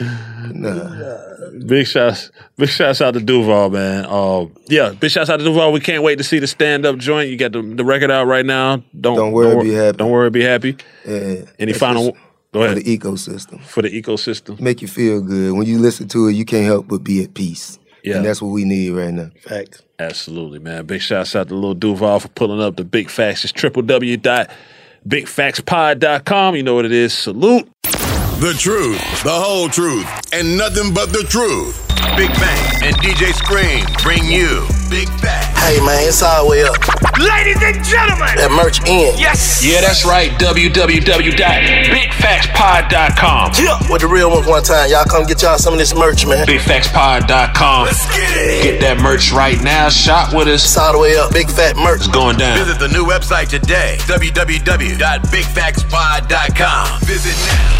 Speaker 4: Big shots, big shots out to Duval, man. Um, yeah, big shots out to Duval. We can't wait to see the stand up joint. You got the, the record out right now. Don't don't worry, be happy. Don't worry, be happy. Any
Speaker 6: That's
Speaker 4: final?
Speaker 6: just
Speaker 4: go ahead.
Speaker 6: For the ecosystem.
Speaker 4: For the ecosystem.
Speaker 6: Make you feel good. When you listen to it, you can't help but be at peace.
Speaker 4: Yeah.
Speaker 6: And that's what we need right now.
Speaker 7: Facts.
Speaker 4: Absolutely, man. Big shouts out to Lil Duval for pulling up the Big Facts. It's www.bigfaxpod.com. You know what it is. Salute.
Speaker 3: The truth, the whole truth, and nothing but the truth. Big Bang and DJ Scream bring you Big Facts.
Speaker 8: Hey man, it's all the way up.
Speaker 3: Ladies and gentlemen,
Speaker 8: That merch in. Yes.
Speaker 4: Yeah, that's right. www.bigfaxpod.com.
Speaker 8: Yeah, with the real ones one time. Y'all come get y'all some of this merch, man.
Speaker 4: BigFactsPod.com. Get that merch right now. Shop with us.
Speaker 8: It's all the way up. Big fat merch. It's
Speaker 4: going down.
Speaker 3: Visit the new website today, www.bigfactspod.com. Visit now.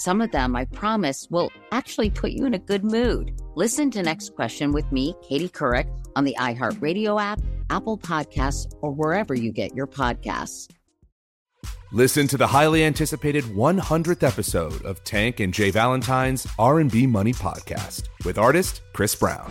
Speaker 1: Some of them, I promise, will actually put you in a good mood. Listen to Next Question with me, Katie Couric, on the iHeartRadio app, Apple Podcasts, or wherever you get your podcasts.
Speaker 2: Listen to the highly anticipated 100th episode of Tank and Jay Valentine's R&B Money podcast with artist Chris Brown.